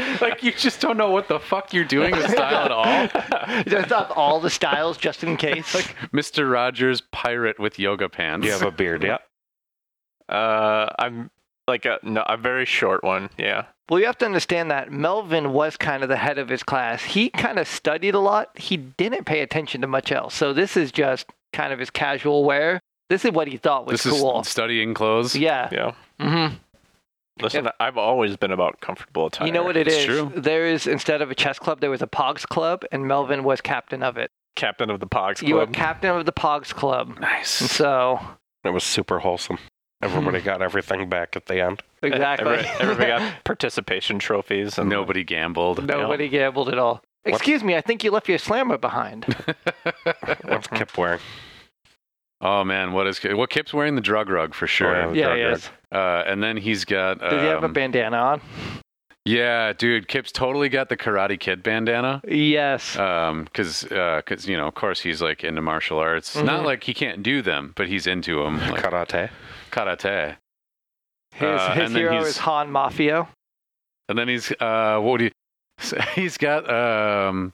S1: <laughs> like you just don't know what the fuck you're doing with style at <laughs> all.
S3: <laughs> Just up all the styles just in
S4: <laughs>
S3: case.
S1: Mr. Rogers pirate with yoga pants.
S2: You have a beard, yeah.
S4: Uh, I'm like a no, a very short one. Yeah.
S3: Well, you have to understand that Melvin was kind of the head of his class. He kind of studied a lot. He didn't pay attention to much else. So this is just kind of his casual wear. This is what he thought was
S1: this is
S3: cool.
S1: studying clothes.
S3: yeah.
S4: Yeah.
S3: Mm-hmm.
S4: Listen, I've always been about comfortable attire.
S3: You know what it
S1: It's
S3: is?
S1: true.
S3: There is instead of a chess club, there was a Pogs club, and Melvin was captain of it.
S4: Captain of the Pogs
S3: You were
S4: Club.
S3: captain of the Pogs club. And
S1: <laughs> Nice.
S3: so
S2: It was super wholesome. Everybody got everything back at the end.
S3: exactly.
S4: Every- Everybody
S3: <laughs>
S4: got participation trophies. And
S1: Nobody gambled.
S3: Nobody gambled at all. Excuse me, I think you left your slammer behind.
S2: What's
S4: Uh-huh.
S2: Kip wearing?
S1: Oh man, what is well Kip's wearing the drug rug for
S2: Oh,
S1: sure.
S2: yeah.
S3: yeah,
S2: drug
S3: he
S2: rug.
S3: is.
S1: Uh, and then he's got um,
S3: Did he have a bandana on?
S1: Yeah, dude, Kip's totally got the Karate Kid bandana.
S3: Yes.
S1: Um, cause, uh, 'cause, you know, of course he's like into martial arts. Not
S3: Mhm.
S1: like he can't do them, but he's into them. Like
S2: Karate.
S1: karate.
S3: His,
S1: uh,
S3: his
S1: and then
S3: hero
S1: he's-
S3: is Han Mafio.
S1: And then he's, uh, what do you, <laughs> he's got, um,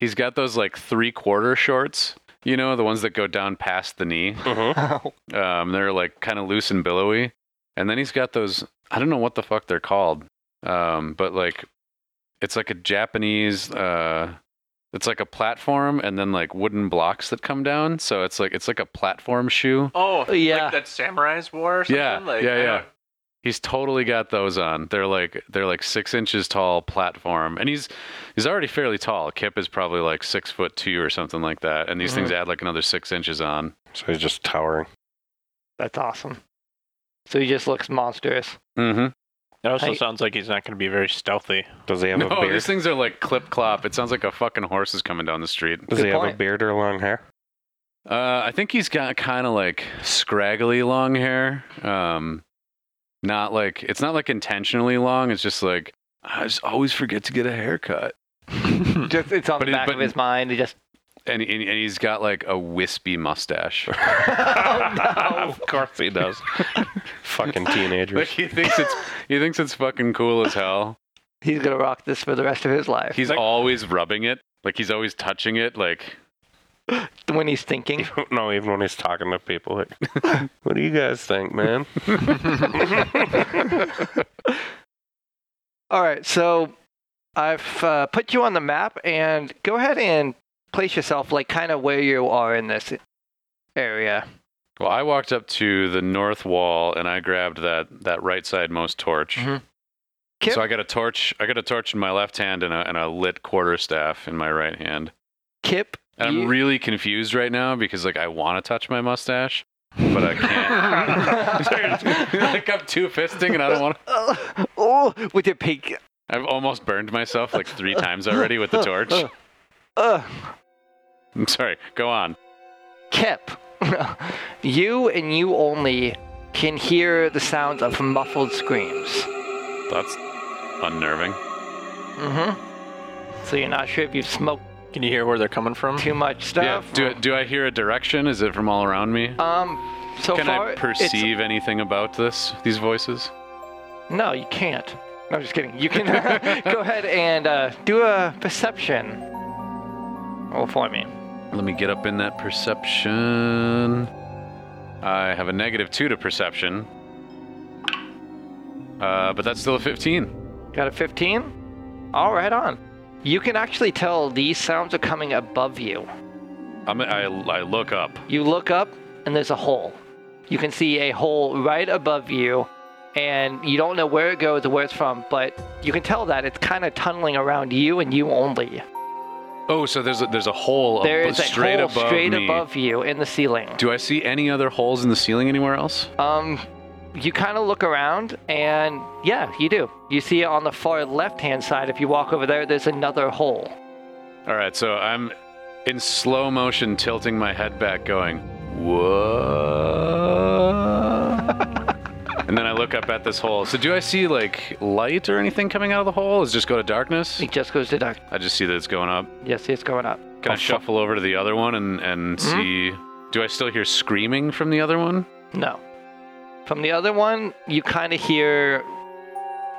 S1: he's got those like three quarter shorts, you know, the ones that go down past the knee.
S2: Mm-hmm.
S1: Um, they're like kind of loose and billowy. And then he's got those, I don't know what the fuck they're called, um, but like it's like a Japanese, uh, it's like a platform and then like wooden blocks that come down. So it's like, it's like a platform shoe.
S4: Oh,
S3: Yeah.
S4: Like that samurai's war or something.
S1: Yeah,
S4: Like,
S1: yeah,
S4: I
S1: yeah.
S4: don't-
S1: He's totally got those on. They're like, they're like six inches tall platform. And he's, he's already fairly tall. Kip is probably like six foot two or something like that. And these things
S4: Mm-hmm.
S1: add like another six inches on.
S2: So he's just towering.
S3: That's awesome. So he just looks monstrous.
S1: Mm-hmm.
S4: It also
S3: I-
S4: sounds like he's not going to be very stealthy.
S2: Does he have
S1: No,
S2: a beard?
S1: these things are like clip clop. It sounds like a fucking horse is coming down the street.
S2: Does
S3: Good
S2: he have a
S3: point.
S2: beard or long hair?
S1: Uh, I think he's got kind of like scraggly long hair. Um, not like it's not like intentionally long. It's just like I just always forget to get a haircut.
S3: Just it's on
S1: Hmm. But
S3: the
S1: it-
S3: back
S1: but-
S3: of his mind. He just <laughs>
S1: And, and and he's got like a wispy mustache.
S3: oh,
S2: <laughs> of course he does. Fucking teenagers.
S1: <laughs> like he thinks it's he thinks it's fucking cool as hell.
S3: he's gonna rock this for the rest of his life.
S1: He's always rubbing it. Like he's always touching it. Like
S3: when he's thinking.
S2: <laughs> no, even when he's talking to people, like, <laughs> what do you guys think, man?
S3: All right, so I've uh, put you on the map, and go ahead and place yourself like kind of where you are in this area.
S1: Well, I walked up to the north wall and I grabbed that that right side most torch.
S2: Mm-hmm.
S3: Mhm. Kip?
S1: So I got a torch. I got a torch in my left hand and a, and a lit quarter staff in my right hand.
S3: Kip,
S1: And
S3: you-
S1: I'm really confused right now because like I want to touch my mustache, but I
S2: <laughs>
S1: can't. <laughs> like I'm two fisting and I don't want. to.
S3: oh, with your pig.
S1: I've almost burned myself like three times already with the
S2: <laughs>
S1: torch.
S3: Uh,
S1: I'm sorry. Go on.
S3: Kip, <laughs> you and you only can hear the sounds of muffled screams.
S1: That's unnerving.
S3: Mm-hmm. So you're not sure if you've smoked
S4: Can you hear where they're coming from?
S3: too much
S1: Yeah.
S3: stuff.
S1: Do do I hear a direction? Is it from all around me?
S3: Um. So
S1: Can
S3: far,
S1: I
S3: it's-
S1: perceive anything about this? These voices?
S3: No, you can't. No, I'm just kidding. You
S1: <laughs>
S3: can <laughs> go ahead and uh, do a perception. roll for me.
S1: Let me get up in that perception. I have a negative two to perception. Uh, but that's still a 15.
S3: Got a 15? All right, on. You can actually tell these sounds are coming above you.
S1: I'm, I, I look up.
S3: You look up, and there's a hole. You can see a hole right above you, and you don't know where it goes or where it's from, but you can tell that it's kind of tunneling around you and you only.
S1: Oh, so there's a, there's a hole ab-
S3: There is a
S1: straight
S3: hole
S1: above
S3: straight
S1: me.
S3: above you in the ceiling.
S1: Do I see any other holes in the ceiling anywhere else?
S3: Um, you kind of look around, and yeah, you do. You see it on the far left-hand side. If you walk over there, there's another hole.
S1: All right, so I'm in slow motion, tilting my head back, going, What? and then I look up at this hole. So, do I see like light or anything coming out of the hole? Is it just go to darkness?
S3: It just goes to dark.
S1: I just see that it's going up.
S3: Yes, it's going up.
S1: Can I shuffle over to the other one and, and see? Do I still hear screaming from the other one?
S3: No. From the other one, you kind of hear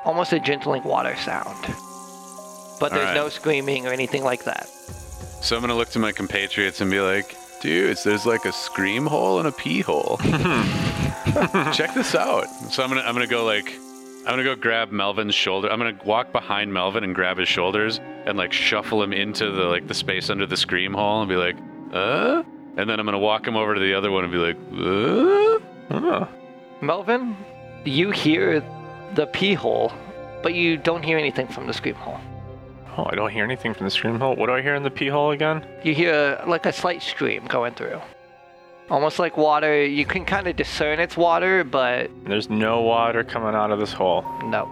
S3: almost a gentling water sound. But there's
S1: Alright.
S3: no screaming or anything like that.
S1: So I'm gonna look to my compatriots and be like, dudes, there's like a scream hole and a pee hole. Check this out. So I'm gonna I'm gonna go like I'm gonna go grab Melvin's shoulder. I'm gonna walk behind Melvin and grab his shoulders and like shuffle him into the like the space under the scream hole and be like, uh? And then I'm gonna walk him over to the other one and be like, uh?
S4: Huh.
S3: Melvin, you hear the pee hole, but you don't hear anything from the scream hole.
S4: Oh, I don't hear anything from the scream hole. What do I hear in the pee hole again?
S3: You hear like a slight stream going through. Almost like water. You can kind of discern it's water, but
S4: There's no water coming out of this hole.
S3: no.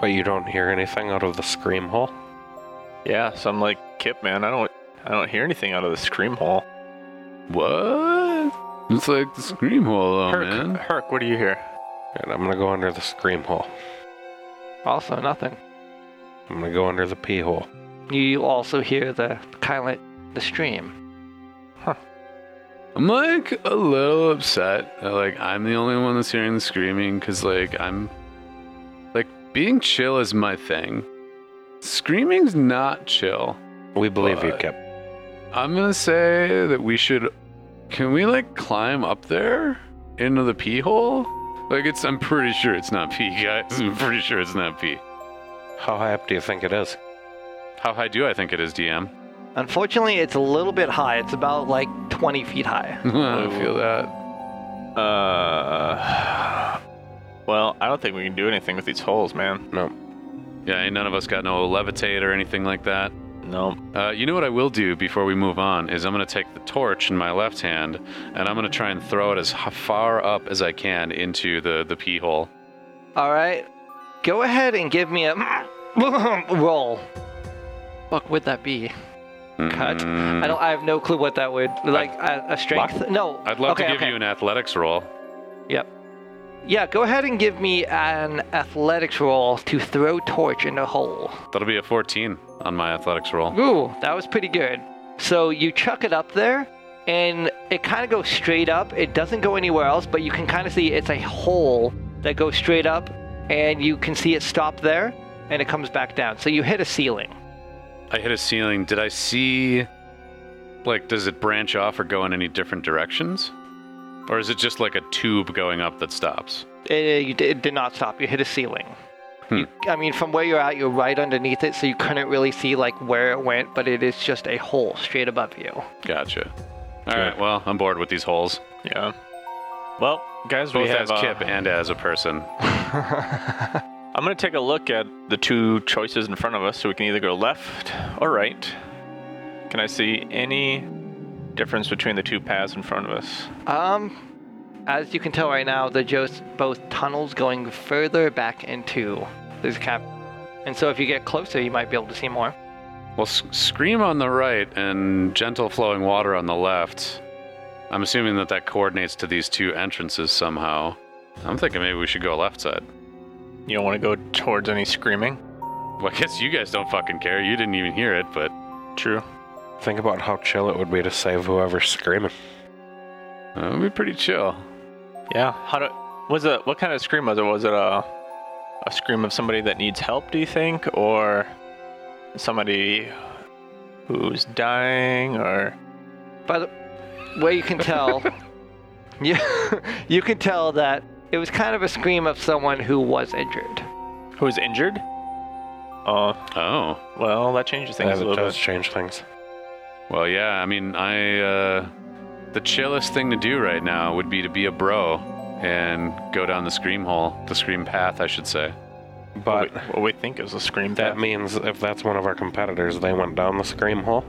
S2: But you don't hear anything out of the scream hole?
S4: Yeah, so I'm like, Kip, man, I don't, I don't hear anything out of the scream hole.
S1: What? It's like the scream hole though,
S4: Herc,
S1: Oh, man.
S4: Herc, what do you hear?
S2: And I'm gonna go under the scream hole.
S3: Also, nothing.
S2: I'm gonna go under the pee hole.
S3: You also hear the kind of the stream.
S1: I'm like a little upset. that, Like I'm the only one that's hearing the screaming because like I'm like being chill is my thing. Screaming's not chill.
S2: We believe you,
S1: But-
S2: Kip.
S1: I'm gonna say that we should. Can we like climb up there into the pee hole? Like it's. I'm pretty sure it's not pee, <laughs> guys. I'm pretty sure it's not pee.
S2: How high up do you think it is?
S1: How high do I think it is, DM?
S3: Unfortunately, it's a little bit high. It's about like 20 feet high.
S1: <laughs> I feel that.
S4: Uh, well, I don't think we can do anything with these holes, man.
S2: No.
S1: Yeah, ain't none of us got no levitate or anything like that.
S4: No.
S1: Uh, you know what I will do before we move on is I'm going to take the torch in my left hand and I'm going to try and throw it as h- far up as I can into the the pee hole.
S3: All right. Go ahead and give me a <laughs> roll. Fuck would that be? Cut. I don't. I have no clue what that would like. A, a strength? No.
S1: Mm. I'd love to
S3: Okay,
S1: give
S3: okay.
S1: you an athletics roll.
S3: Yep. Yeah. Go ahead and give me an athletics roll to throw torch in the hole.
S1: That'll be a 14 on my athletics roll.
S3: Ooh, that was pretty good. So you chuck it up there, and it kind of goes straight up. It doesn't go anywhere else, but you can kind of see it's a hole that goes straight up, and you can see it stop there, and it comes back down. So you hit a ceiling.
S1: I hit a ceiling. Did I see like does it branch off or go in any different directions? Or is it just like a tube going up that stops?
S3: It, Uh, it, did not stop. You hit a ceiling. You, I mean, from where you're at, you're right underneath it, so you couldn't really see like where it went, but it is just a hole straight above you.
S1: Gotcha. All right, well, I'm bored with these holes.
S4: Yeah. Well, guys,
S1: Both
S4: we have.
S1: as
S4: uh,
S1: Kip and as a person.
S4: I'm gonna take a look at the two choices in front of us, so we can either go left or right. Can I see any difference between the two paths in front of us?
S3: Um, as you can tell right now, they're just both tunnels going further back into this cap. And so if you get closer, you might be able to see more.
S1: Well, s- Scream on the right and Gentle Flowing Water on the left. I'm assuming that that coordinates to these two entrances somehow. I'm thinking maybe we should go left side.
S4: You don't want to go towards any screaming.
S1: Well, I guess you guys don't fucking care. You didn't even hear it, but
S4: True.
S2: Think about how chill it would be to save whoever's screaming.
S1: uh, it'll be pretty chill.
S4: Yeah. How do? Was it? What kind of scream was it? Was it a, a scream of somebody that needs help? Do you think, or somebody who's dying, or
S3: But where you can tell, you, <laughs> you can tell that it was kind of a scream of someone who was injured.
S4: who's injured? Oh,
S1: Oh.
S4: well, that changes things
S2: That
S4: a little
S2: does
S4: bit.
S2: change things.
S1: Well, yeah, I mean, I. Uh, the chillest thing to do right now would be to be a bro and go down the scream hole, the scream path, I should say.
S2: But
S4: what we, what we think is a scream.
S2: that
S4: That
S2: means if that's one of our competitors, they went down the scream hole,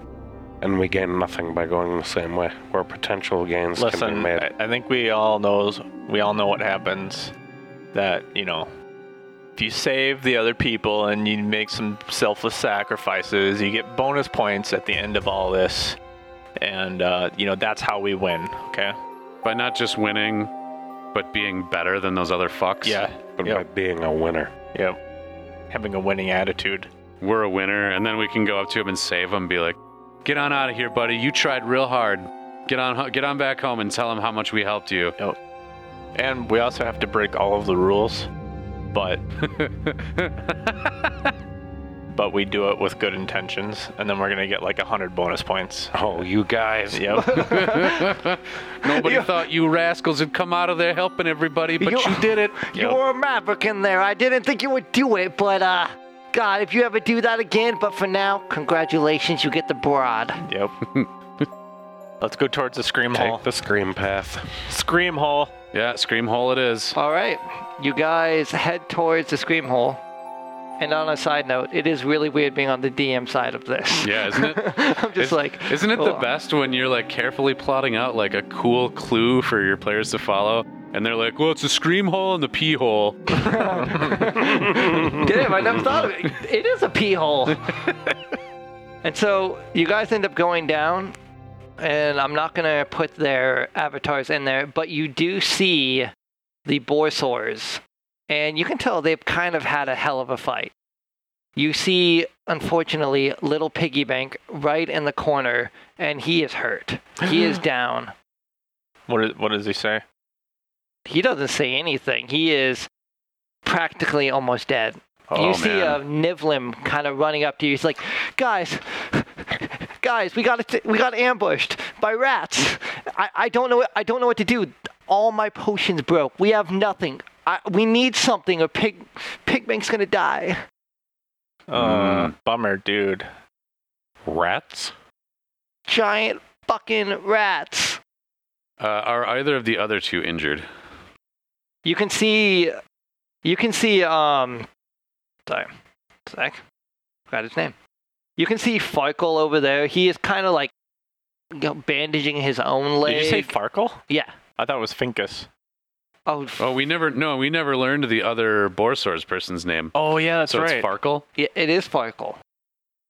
S2: and we gain nothing by going the same way. Where potential gains can be
S4: listen.
S2: made.
S4: I, I think we all knows. We all know what happens. That you know. If you save the other people and you make some selfless sacrifices, you get bonus points at the end of all this. and uh, you know that's how we win. Okay.
S1: By not just winning, but being better than those other fucks.
S4: Yeah.
S2: but
S4: Yep.
S2: by being a winner.
S4: Yep. Having a winning attitude.
S1: We're a winner, and then we can go up to him and save him. Be like, "Get on out of here, buddy. You tried real hard. Get on, get on back home, and tell him how much we helped you."
S4: And we also have to break all of the rules,
S2: <laughs>
S4: but but we do it with good intentions, and then we're gonna get like hundred bonus points.
S2: Oh, you guys. <laughs>
S4: Yep.
S1: Nobody thought you rascals would come out of there helping everybody, but you, <laughs>
S3: You-
S1: did it.
S3: You were a maverick in there. I didn't think you would do it, but uh, God, if you ever do that again. But for now, congratulations, you get the broad.
S4: yep. <laughs> Let's go towards the scream hall.
S2: Take the scream path.
S4: Scream hall.
S1: Yeah, scream hole it is.
S3: All right, you guys head towards the scream hole. And on a side note, it is really weird being on the DM side of this.
S1: Yeah, isn't it?
S3: <laughs> I'm just
S1: Is-
S3: like,
S1: Isn't it the
S3: "Oh."
S1: best when you're like carefully plotting out like a cool clue for your players to follow, and they're like, "Well, it's the scream hole and the pee hole."
S3: Damn, I never thought of it. It is a pee hole. and so you guys end up going down, and I'm not going to put their avatars in there, but you do see the Borsors, and you can tell they've kind of had a hell of a fight. You see, unfortunately, little Piggy Bank right in the corner, and he is hurt. He is down.
S4: What is, what does he say?
S3: He doesn't say anything. He is practically almost dead.
S1: Oh
S3: you see
S1: man.
S3: uh, Nivlim kind of running up to you. He's like, "Guys, <laughs> guys, we got t- we got ambushed by rats. I, I don't know I don't know what to do. All my potions broke. We have nothing. I, we need something, or Pig Pigbank's gonna die."
S4: Uh, Bummer, dude.
S2: Rats?
S3: Giant fucking rats.
S1: uh, are either of the other two injured?
S3: You can see, you can see. Um, sorry, Zach, forgot his name. You can see Farkle over there. He is kind of like you know, bandaging his own leg.
S4: Did you say Farkle?
S3: Yeah.
S4: I thought it was Finkus.
S3: Oh, f-
S1: Oh, we never. No, we never learned the other Borsors person's name.
S4: Oh yeah, that's
S1: so it's Farkle.
S3: yeah, it is Farkle.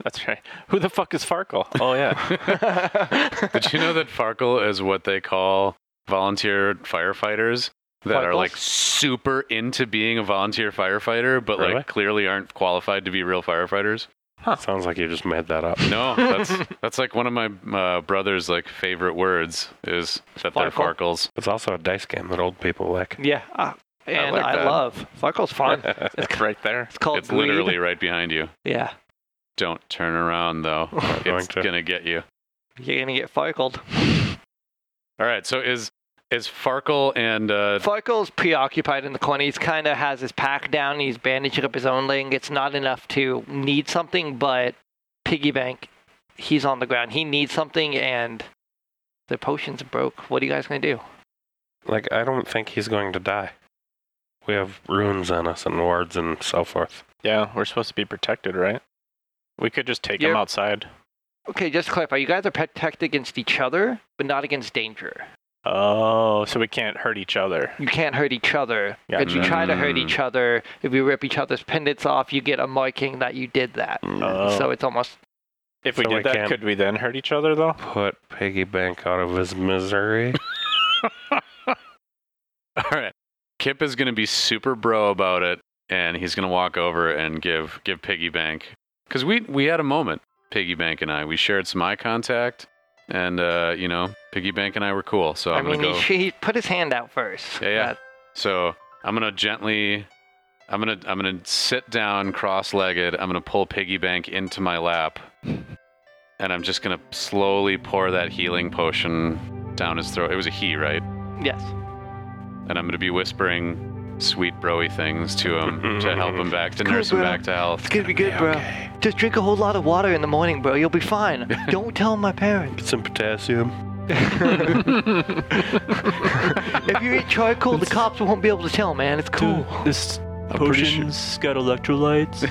S4: that's right. Who the fuck is Farkle? Oh yeah.
S1: Did you know that Farkle is what they call volunteer firefighters that are
S4: Farkles?
S1: like super into being a volunteer firefighter, but
S2: Really?
S1: like clearly aren't qualified to be real firefighters?
S2: Sounds like you just made that up.
S4: <laughs>
S1: No, that's that's like one of my uh, brother's like favorite words is that they're
S4: Farkle.
S1: farkles.
S2: It's also a dice game that old people like.
S3: yeah, ah, and
S1: like
S3: I,
S1: that.
S3: love Farkle's <laughs> fun.
S4: <laughs> it's right there.
S3: It's called
S1: it's
S3: Greed.
S1: literally right behind you.
S3: yeah.
S1: Don't turn
S4: <laughs>
S1: around though.
S2: Not going
S1: it's
S2: to.
S1: gonna get you.
S3: You're gonna get Farkled.
S1: All right. So is is Farkle and uh,
S3: Farkle's preoccupied in the corner. He's kind of has his pack down. He's bandaging up his own leg. It's not enough to need something, but Piggy Bank, he's on the ground. He needs something, and the potion's broke. What are you guys gonna do?
S2: Like, I don't think he's going to die. We have runes on us and wards and so forth.
S4: <laughs> Yeah, we're supposed to be protected, right? We could just take him
S3: You're-
S4: outside.
S3: Okay, just to clarify. You guys are protected against each other, but not against danger.
S4: Oh, so we can't hurt each other.
S3: you can't hurt each other.
S4: Yeah.
S3: If you try to hurt
S1: Mm.
S3: each other, if you rip each other's pendants off, you get a marking that you did that.
S4: Oh.
S3: So it's almost
S4: if we
S2: So
S4: did
S2: we
S4: that,
S2: can't-
S4: could we then hurt each other though?
S2: Put Piggy Bank out of his misery.
S1: <laughs> all right, Kip is gonna be super bro about it, and he's gonna walk over and give give Piggy Bank because we we had a moment. Piggy Bank and I we shared some eye contact, and uh, you know Piggy Bank and I were cool. So
S3: I
S1: I'm
S3: mean
S1: gonna go.
S3: he, sh- he put his hand out first.
S1: Yeah, yeah.
S3: That-
S1: <laughs> So I'm gonna gently, I'm gonna I'm gonna sit down cross-legged. I'm gonna pull Piggy Bank into my lap, and I'm just gonna slowly pour that healing potion down his throat. It was a he, right?
S3: yes.
S1: And I'm gonna be whispering sweet broy things to him to help him back to nurse him
S3: bro.
S1: back to health.
S3: It's gonna be good, bro. Just drink a whole lot of water in the morning, bro. You'll be fine. Don't tell my parents.
S2: Get some potassium.
S3: If you eat charcoal, the cops won't be able to tell, man. It's cool.
S4: This
S1: pretty sure-
S4: got electrolytes.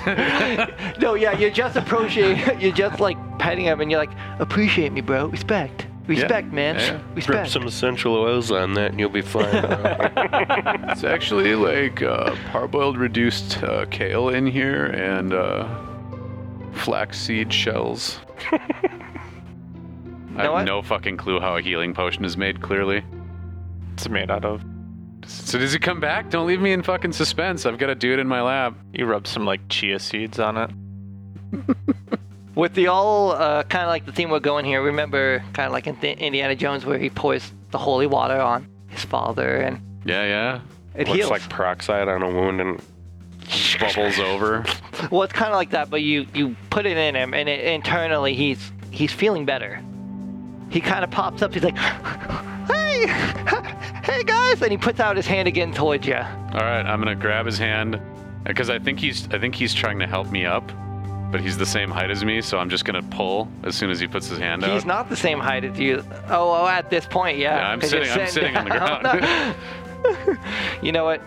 S3: <laughs> No, yeah, you're just approaching. <laughs> You're just like petting him, and you're like, appreciate me, bro. Respect. Respect, man.
S1: Yeah.
S2: Drip
S3: Respect.
S2: some essential oils on that and you'll be fine.
S1: It's actually like uh, parboiled reduced uh, kale in here
S3: <laughs>
S1: and uh, flaxseed shells. I
S3: know
S1: have
S3: what?
S1: no fucking clue how a healing potion is made, clearly.
S4: It's made out of.
S1: So does he come back? Don't leave me in fucking suspense. I've got a dude in my lab.
S4: You rub some like chia seeds on it.
S3: With the all uh, kind of like the theme we're going here, remember kind of like in th- Indiana Jones where he pours the holy water on his father and
S1: Yeah, yeah.
S3: it
S2: Looks
S3: heals.
S2: like peroxide on a wound and
S1: Bubbles over.
S3: Well, it's kind of like that, but you you put it in him, and it, internally he's he's feeling better. He kind of pops up. He's like, <laughs> "Hey, <laughs> hey guys!" And he puts out his hand again towards you.
S1: All right, I'm gonna grab his hand because I think he's I think he's trying to help me up, but he's the same height as me, so I'm just gonna pull as soon as he puts his hand
S3: He's
S1: out.
S3: not the same height as you. Oh, oh at this point, yeah.
S1: Yeah, I'm
S3: 'cause you're
S1: sitting- I'm sitting on the
S3: down.
S1: ground.
S3: <laughs> you know what?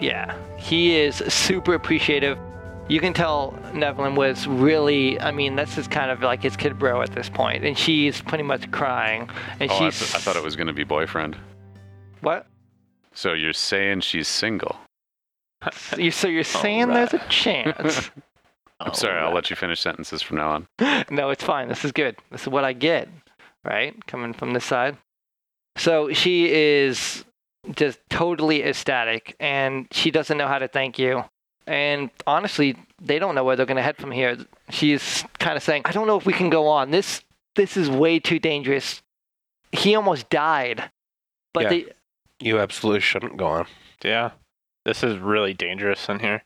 S3: Yeah, he is super appreciative. You can tell Nevlin was really. I mean, this is kind of like his kid bro at this point, and she's pretty much crying, and
S1: oh, I,
S3: she's.
S1: th- I thought it was gonna be boyfriend.
S3: What?
S1: So you're saying she's single?
S3: You, so you're saying there's a
S1: <laughs>
S3: chance? Oh,
S1: I'm sorry, I'll let you finish sentences from now on.
S3: no, it's fine. This is good. This is what I get, right? Coming from this side. So she is just totally ecstatic, and she doesn't know how to thank you. And honestly, they don't know where they're going to head from here. She's kind of saying, "I don't know if we can go on. This this is way too dangerous. He almost died." But
S2: Yeah.
S3: they,
S2: you absolutely shouldn't go on.
S4: Yeah. This is really dangerous in here.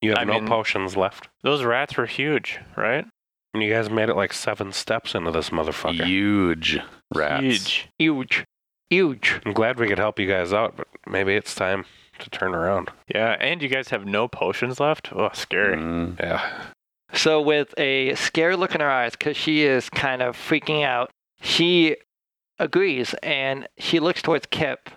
S2: You have
S4: I
S2: no
S4: mean-
S2: potions left.
S4: Those rats were huge, right?
S2: And you guys made it like seven steps into this motherfucker.
S1: Huge rats.
S4: Huge.
S3: huge, huge.
S2: I'm glad we could help you guys out, but maybe it's time to turn around.
S4: Yeah, and you guys have no potions left? Oh, scary.
S1: Mm,
S2: Yeah.
S3: So, with a scared look in her eyes, because she is kind of freaking out, she agrees and she looks towards Kip,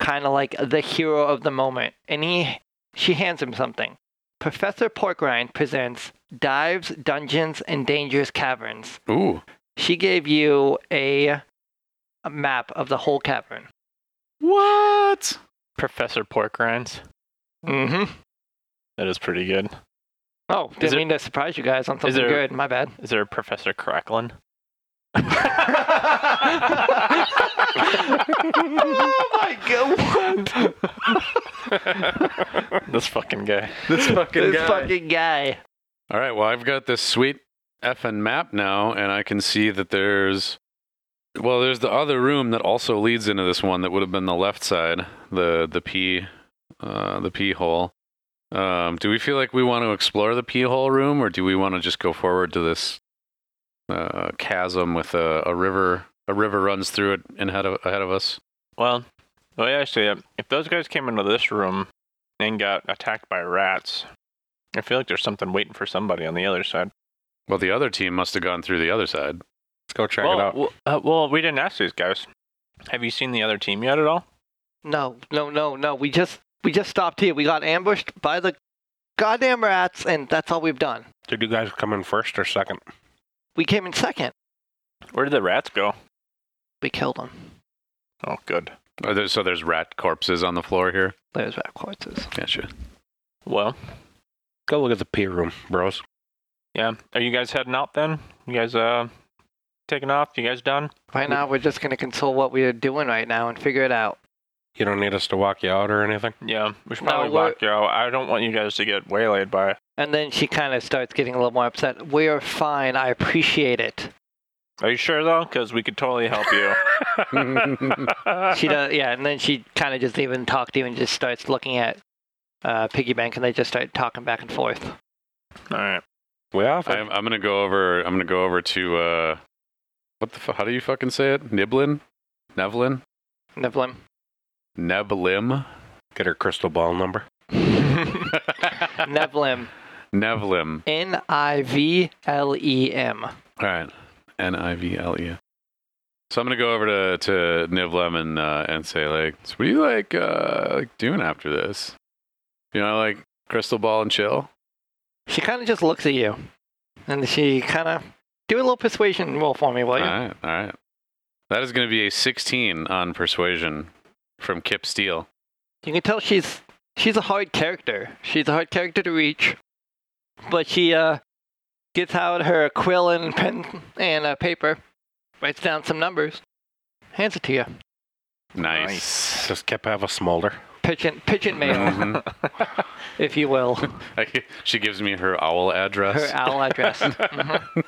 S3: kind of like the hero of the moment. And he, she hands him something. Professor Porkrind presents Dives, Dungeons, and Dangerous Caverns.
S1: Ooh.
S3: She gave you a, a map of the whole cavern.
S1: What?
S4: Professor Pork Rinds.
S3: Mm hmm.
S4: That is pretty good.
S3: Oh, didn't
S4: there-
S3: mean to surprise you guys on something
S4: there-
S3: good. My bad.
S4: Is there a Professor Cracklin? <laughs>
S3: oh my god, what?
S4: <laughs> this fucking guy.
S1: This fucking
S3: this fucking guy.
S1: All right, well, I've got this sweet effing map now, and I can see that there's. Well, there's the other room that also leads into this one that would have been the left side, the the pee, uh, the pee hole. Um, do we feel like we want to explore the pee hole room, or do we want to just go forward to this uh, chasm with a, a river? A river runs through it and ahead of ahead of us.
S4: Well, well, yeah, actually, uh, if those guys came into this room and got attacked by rats, I feel like there's something waiting for somebody on the other side.
S1: Well, the other team must have gone through the other side.
S2: Let's go check
S4: well,
S2: it out.
S4: Well, uh, well, we didn't ask these guys. Have you seen the other team yet at all?
S3: No, no, no, no. We just we just stopped here. We got ambushed by the goddamn rats, and that's all we've done.
S2: Did you guys come in first or second?
S3: We came in second.
S4: Where did the rats go?
S3: We killed them.
S4: Oh, good.
S1: Are there, so there's rat corpses on the floor here.
S3: There's rat corpses.
S1: Gotcha.
S4: Well,
S2: Go look at the pee room, bros.
S4: yeah. Are you guys heading out then? You guys uh taking off? You guys done?
S3: Right now, we're just gonna console what we are doing right now and figure it out.
S2: You don't need us to walk you out or anything.
S4: Yeah, we should
S3: No,
S4: probably
S3: we're-
S4: walk you out. I don't want you guys to get waylaid by.
S3: And then she kind of starts getting a little more upset. We are fine. I appreciate it.
S4: Are you sure though? Because we could totally help
S3: <laughs>
S4: you.
S1: <laughs>
S3: She does, yeah. And then she kind of just even talk to you and just starts looking at uh, piggy bank, and they just start talking back and forth.
S4: all right.
S2: We off.
S1: I'm, I'm gonna go over. I'm gonna go over to uh, what the f- how do you fucking say it? Niblin, Nevlin,
S3: Nivlim.
S1: Neblim,
S2: Get her crystal ball number.
S3: Nevlim.
S1: Nevlim.
S3: N I V L E M.
S1: All right, N I V L E. So I'm gonna go over to to Nivlem and uh, and say like, so what are you like uh, like doing after this? You know, like crystal ball and chill.
S3: She kind of just looks at you, and she kind of do a little persuasion roll for me, will
S1: All
S3: you?
S1: right, all right. That is gonna be a 16 on persuasion from Kip Steele.
S3: You can tell she's she's a hard character. She's a hard character to reach, but she uh gets out her quill and pen and uh, paper, Writes down some numbers. Hands it to you.
S1: Nice.
S2: Just kept have a smolder.
S3: Pigeon, pigeon
S1: <laughs>
S3: mail,
S1: Mhm.
S3: if you will.
S1: she gives me her owl
S3: Her
S1: address.
S3: owl address. Mhm.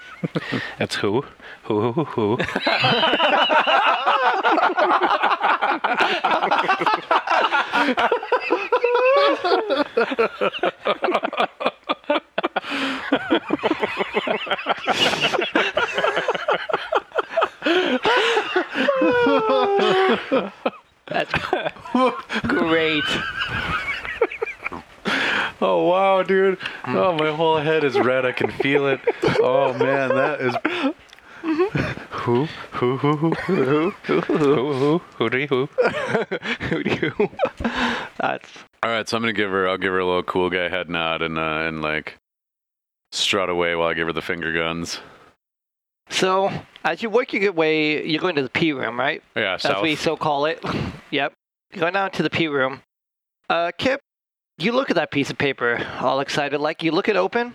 S2: That's who? Who, who, who? who.
S3: <laughs> That's great.
S1: Oh wow, dude! Oh, my whole head is red. I can feel it. Oh man, that is. <laughs>
S2: Who, who, who? Who, who, who? Who, who, who?
S3: Who do you? <laughs> That's
S1: All right, so I'm gonna give her. I'll give her a little cool guy head nod and uh, and like strut away while I give her the finger guns.
S3: so. As you work your way, you're going to the P room, right?
S1: Yeah,
S3: As
S1: south.
S3: we so call it. <laughs> yep. Going down to the P room. Uh, Kip, you look at that piece of paper, all excited like. You look it open.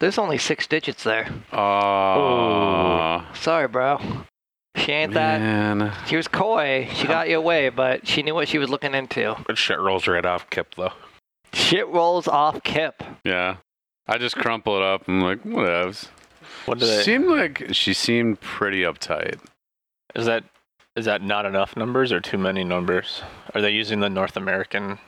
S3: There's only six digits there. <laughs>
S1: Aw,
S3: Sorry, bro. She ain't that.
S1: man.
S3: She was coy. She got your way, but she knew what she was looking into.
S2: That shit rolls right off Kip, though.
S3: Shit rolls off Kip.
S1: Yeah, I just crumple it up. I'm like, whatevs.
S4: What do they?
S1: Seemed like she seemed pretty uptight.
S4: Is that is that not enough numbers or too many numbers? Are they using the North American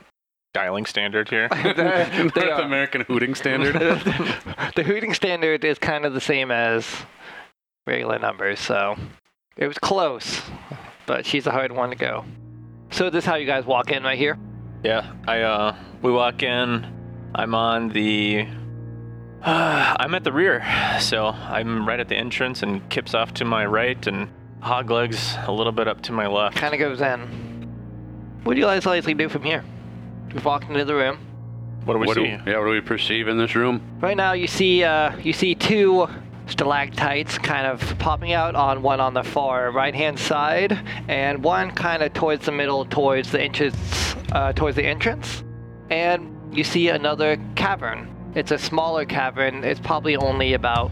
S4: dialing standard here?
S3: <laughs> They- <laughs> they
S1: North
S3: are.
S1: American hooting standard.
S3: <laughs> the hooting standard is kind of the same as regular numbers, so it was close, but she's a hard one to go. So this is how you guys walk in right here.
S4: Yeah, I uh we walk in. I'm on the <sighs> I'm at the rear. So, I'm right at the entrance and Kip's off to my right and Hogleg's a little bit up to my left.
S3: Kind of goes in. What do you guys likely do from here? We walked into the room.
S4: What do we
S1: what do,
S4: see?
S1: yeah, what do we perceive in this room?
S3: Right now, you see uh, you see two stalactites kind of popping out on one on the far right hand side, and one kind of towards the middle, towards the entrance, uh, towards the entrance, and you see another cavern. It's a smaller cavern. It's probably only about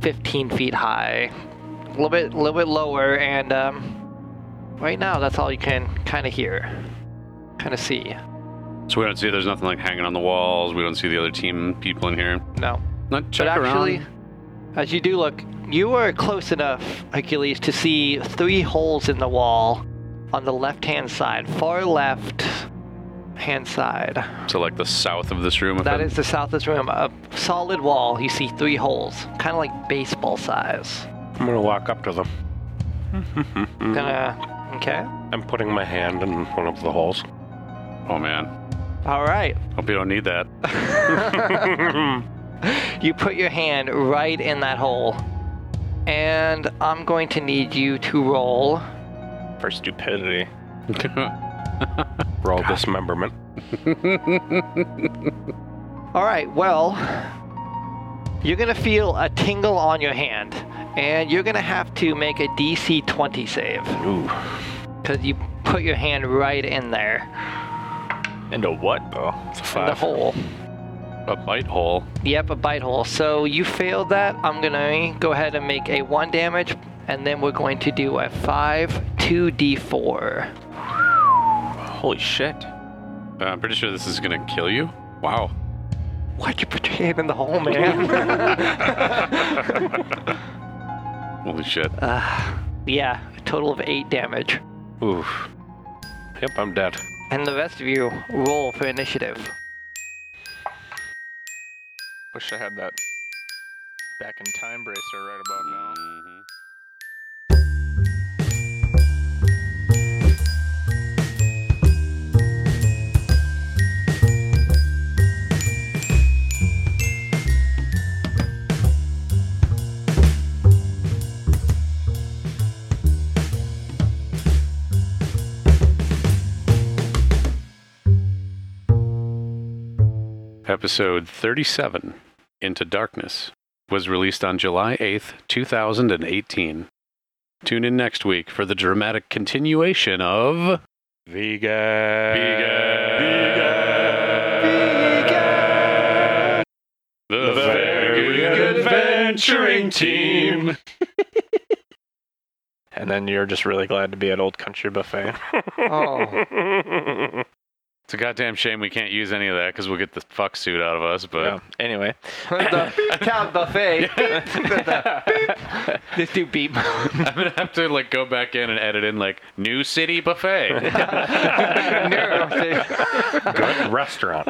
S3: 15 feet high, a little bit, little bit lower, and um, right now that's all you can kind of hear, kind of see.
S1: So we don't see there's nothing like hanging on the walls. We don't see the other team people in here.
S3: No.
S1: Not check
S3: but actually,
S1: around.
S3: as you do look, you are close enough, Achilles, to see three holes in the wall on the left hand side, far left hand side.
S1: So like the south of this room. if
S3: That
S1: I-
S3: is the southest room. A solid wall, you see three holes, kind of like baseball size.
S2: I'm gonna walk up to them.
S3: Gonna. Okay.
S2: I'm putting my hand in one of the holes.
S1: Oh man.
S3: All right.
S1: Hope you don't need that. <laughs>
S3: You put your hand right in that hole. And I'm going to need you to roll.
S4: For stupidity.
S2: Roll dismemberment.
S3: All right, well, you're going to feel a tingle on your hand, and you're going to have to make a DC 20 save
S2: Ooh.
S3: because you put your hand right in there,
S4: Into what though?
S2: It's a
S3: in the
S2: five.
S3: hole.
S1: a bite hole.
S3: Yep, a bite hole. So you failed that. I'm going to go ahead and make a 1 damage, and then we're going to do a 5 2d4.
S4: Holy shit.
S1: Uh, I'm pretty sure this is gonna kill you. Wow.
S3: Why'd you put your hand in the hole, <laughs> man?
S1: Holy shit.
S3: Uh, yeah, a total of 8 damage.
S2: Oof. Yep, I'm dead.
S3: And the rest of you roll for initiative.
S4: Wish I had that back in time bracer right about now.
S1: Episode 37, Into Darkness, was released on July 8th, 2018. Tune in next week for the dramatic continuation of
S2: Vegan.
S1: The, Very Good Adventuring Team.
S4: and then you're just really glad to be at Old Country Buffet.
S3: Oh,
S2: <laughs>
S1: It's a goddamn shame we can't use any of that because we'll get the fuck suit out of us. But
S4: Yeah. Anyway,
S3: the beep town buffet. This dude <laughs> beep.
S1: <laughs> I'm gonna have to like go back in and edit in like new city buffet.
S3: no,
S2: Good restaurant.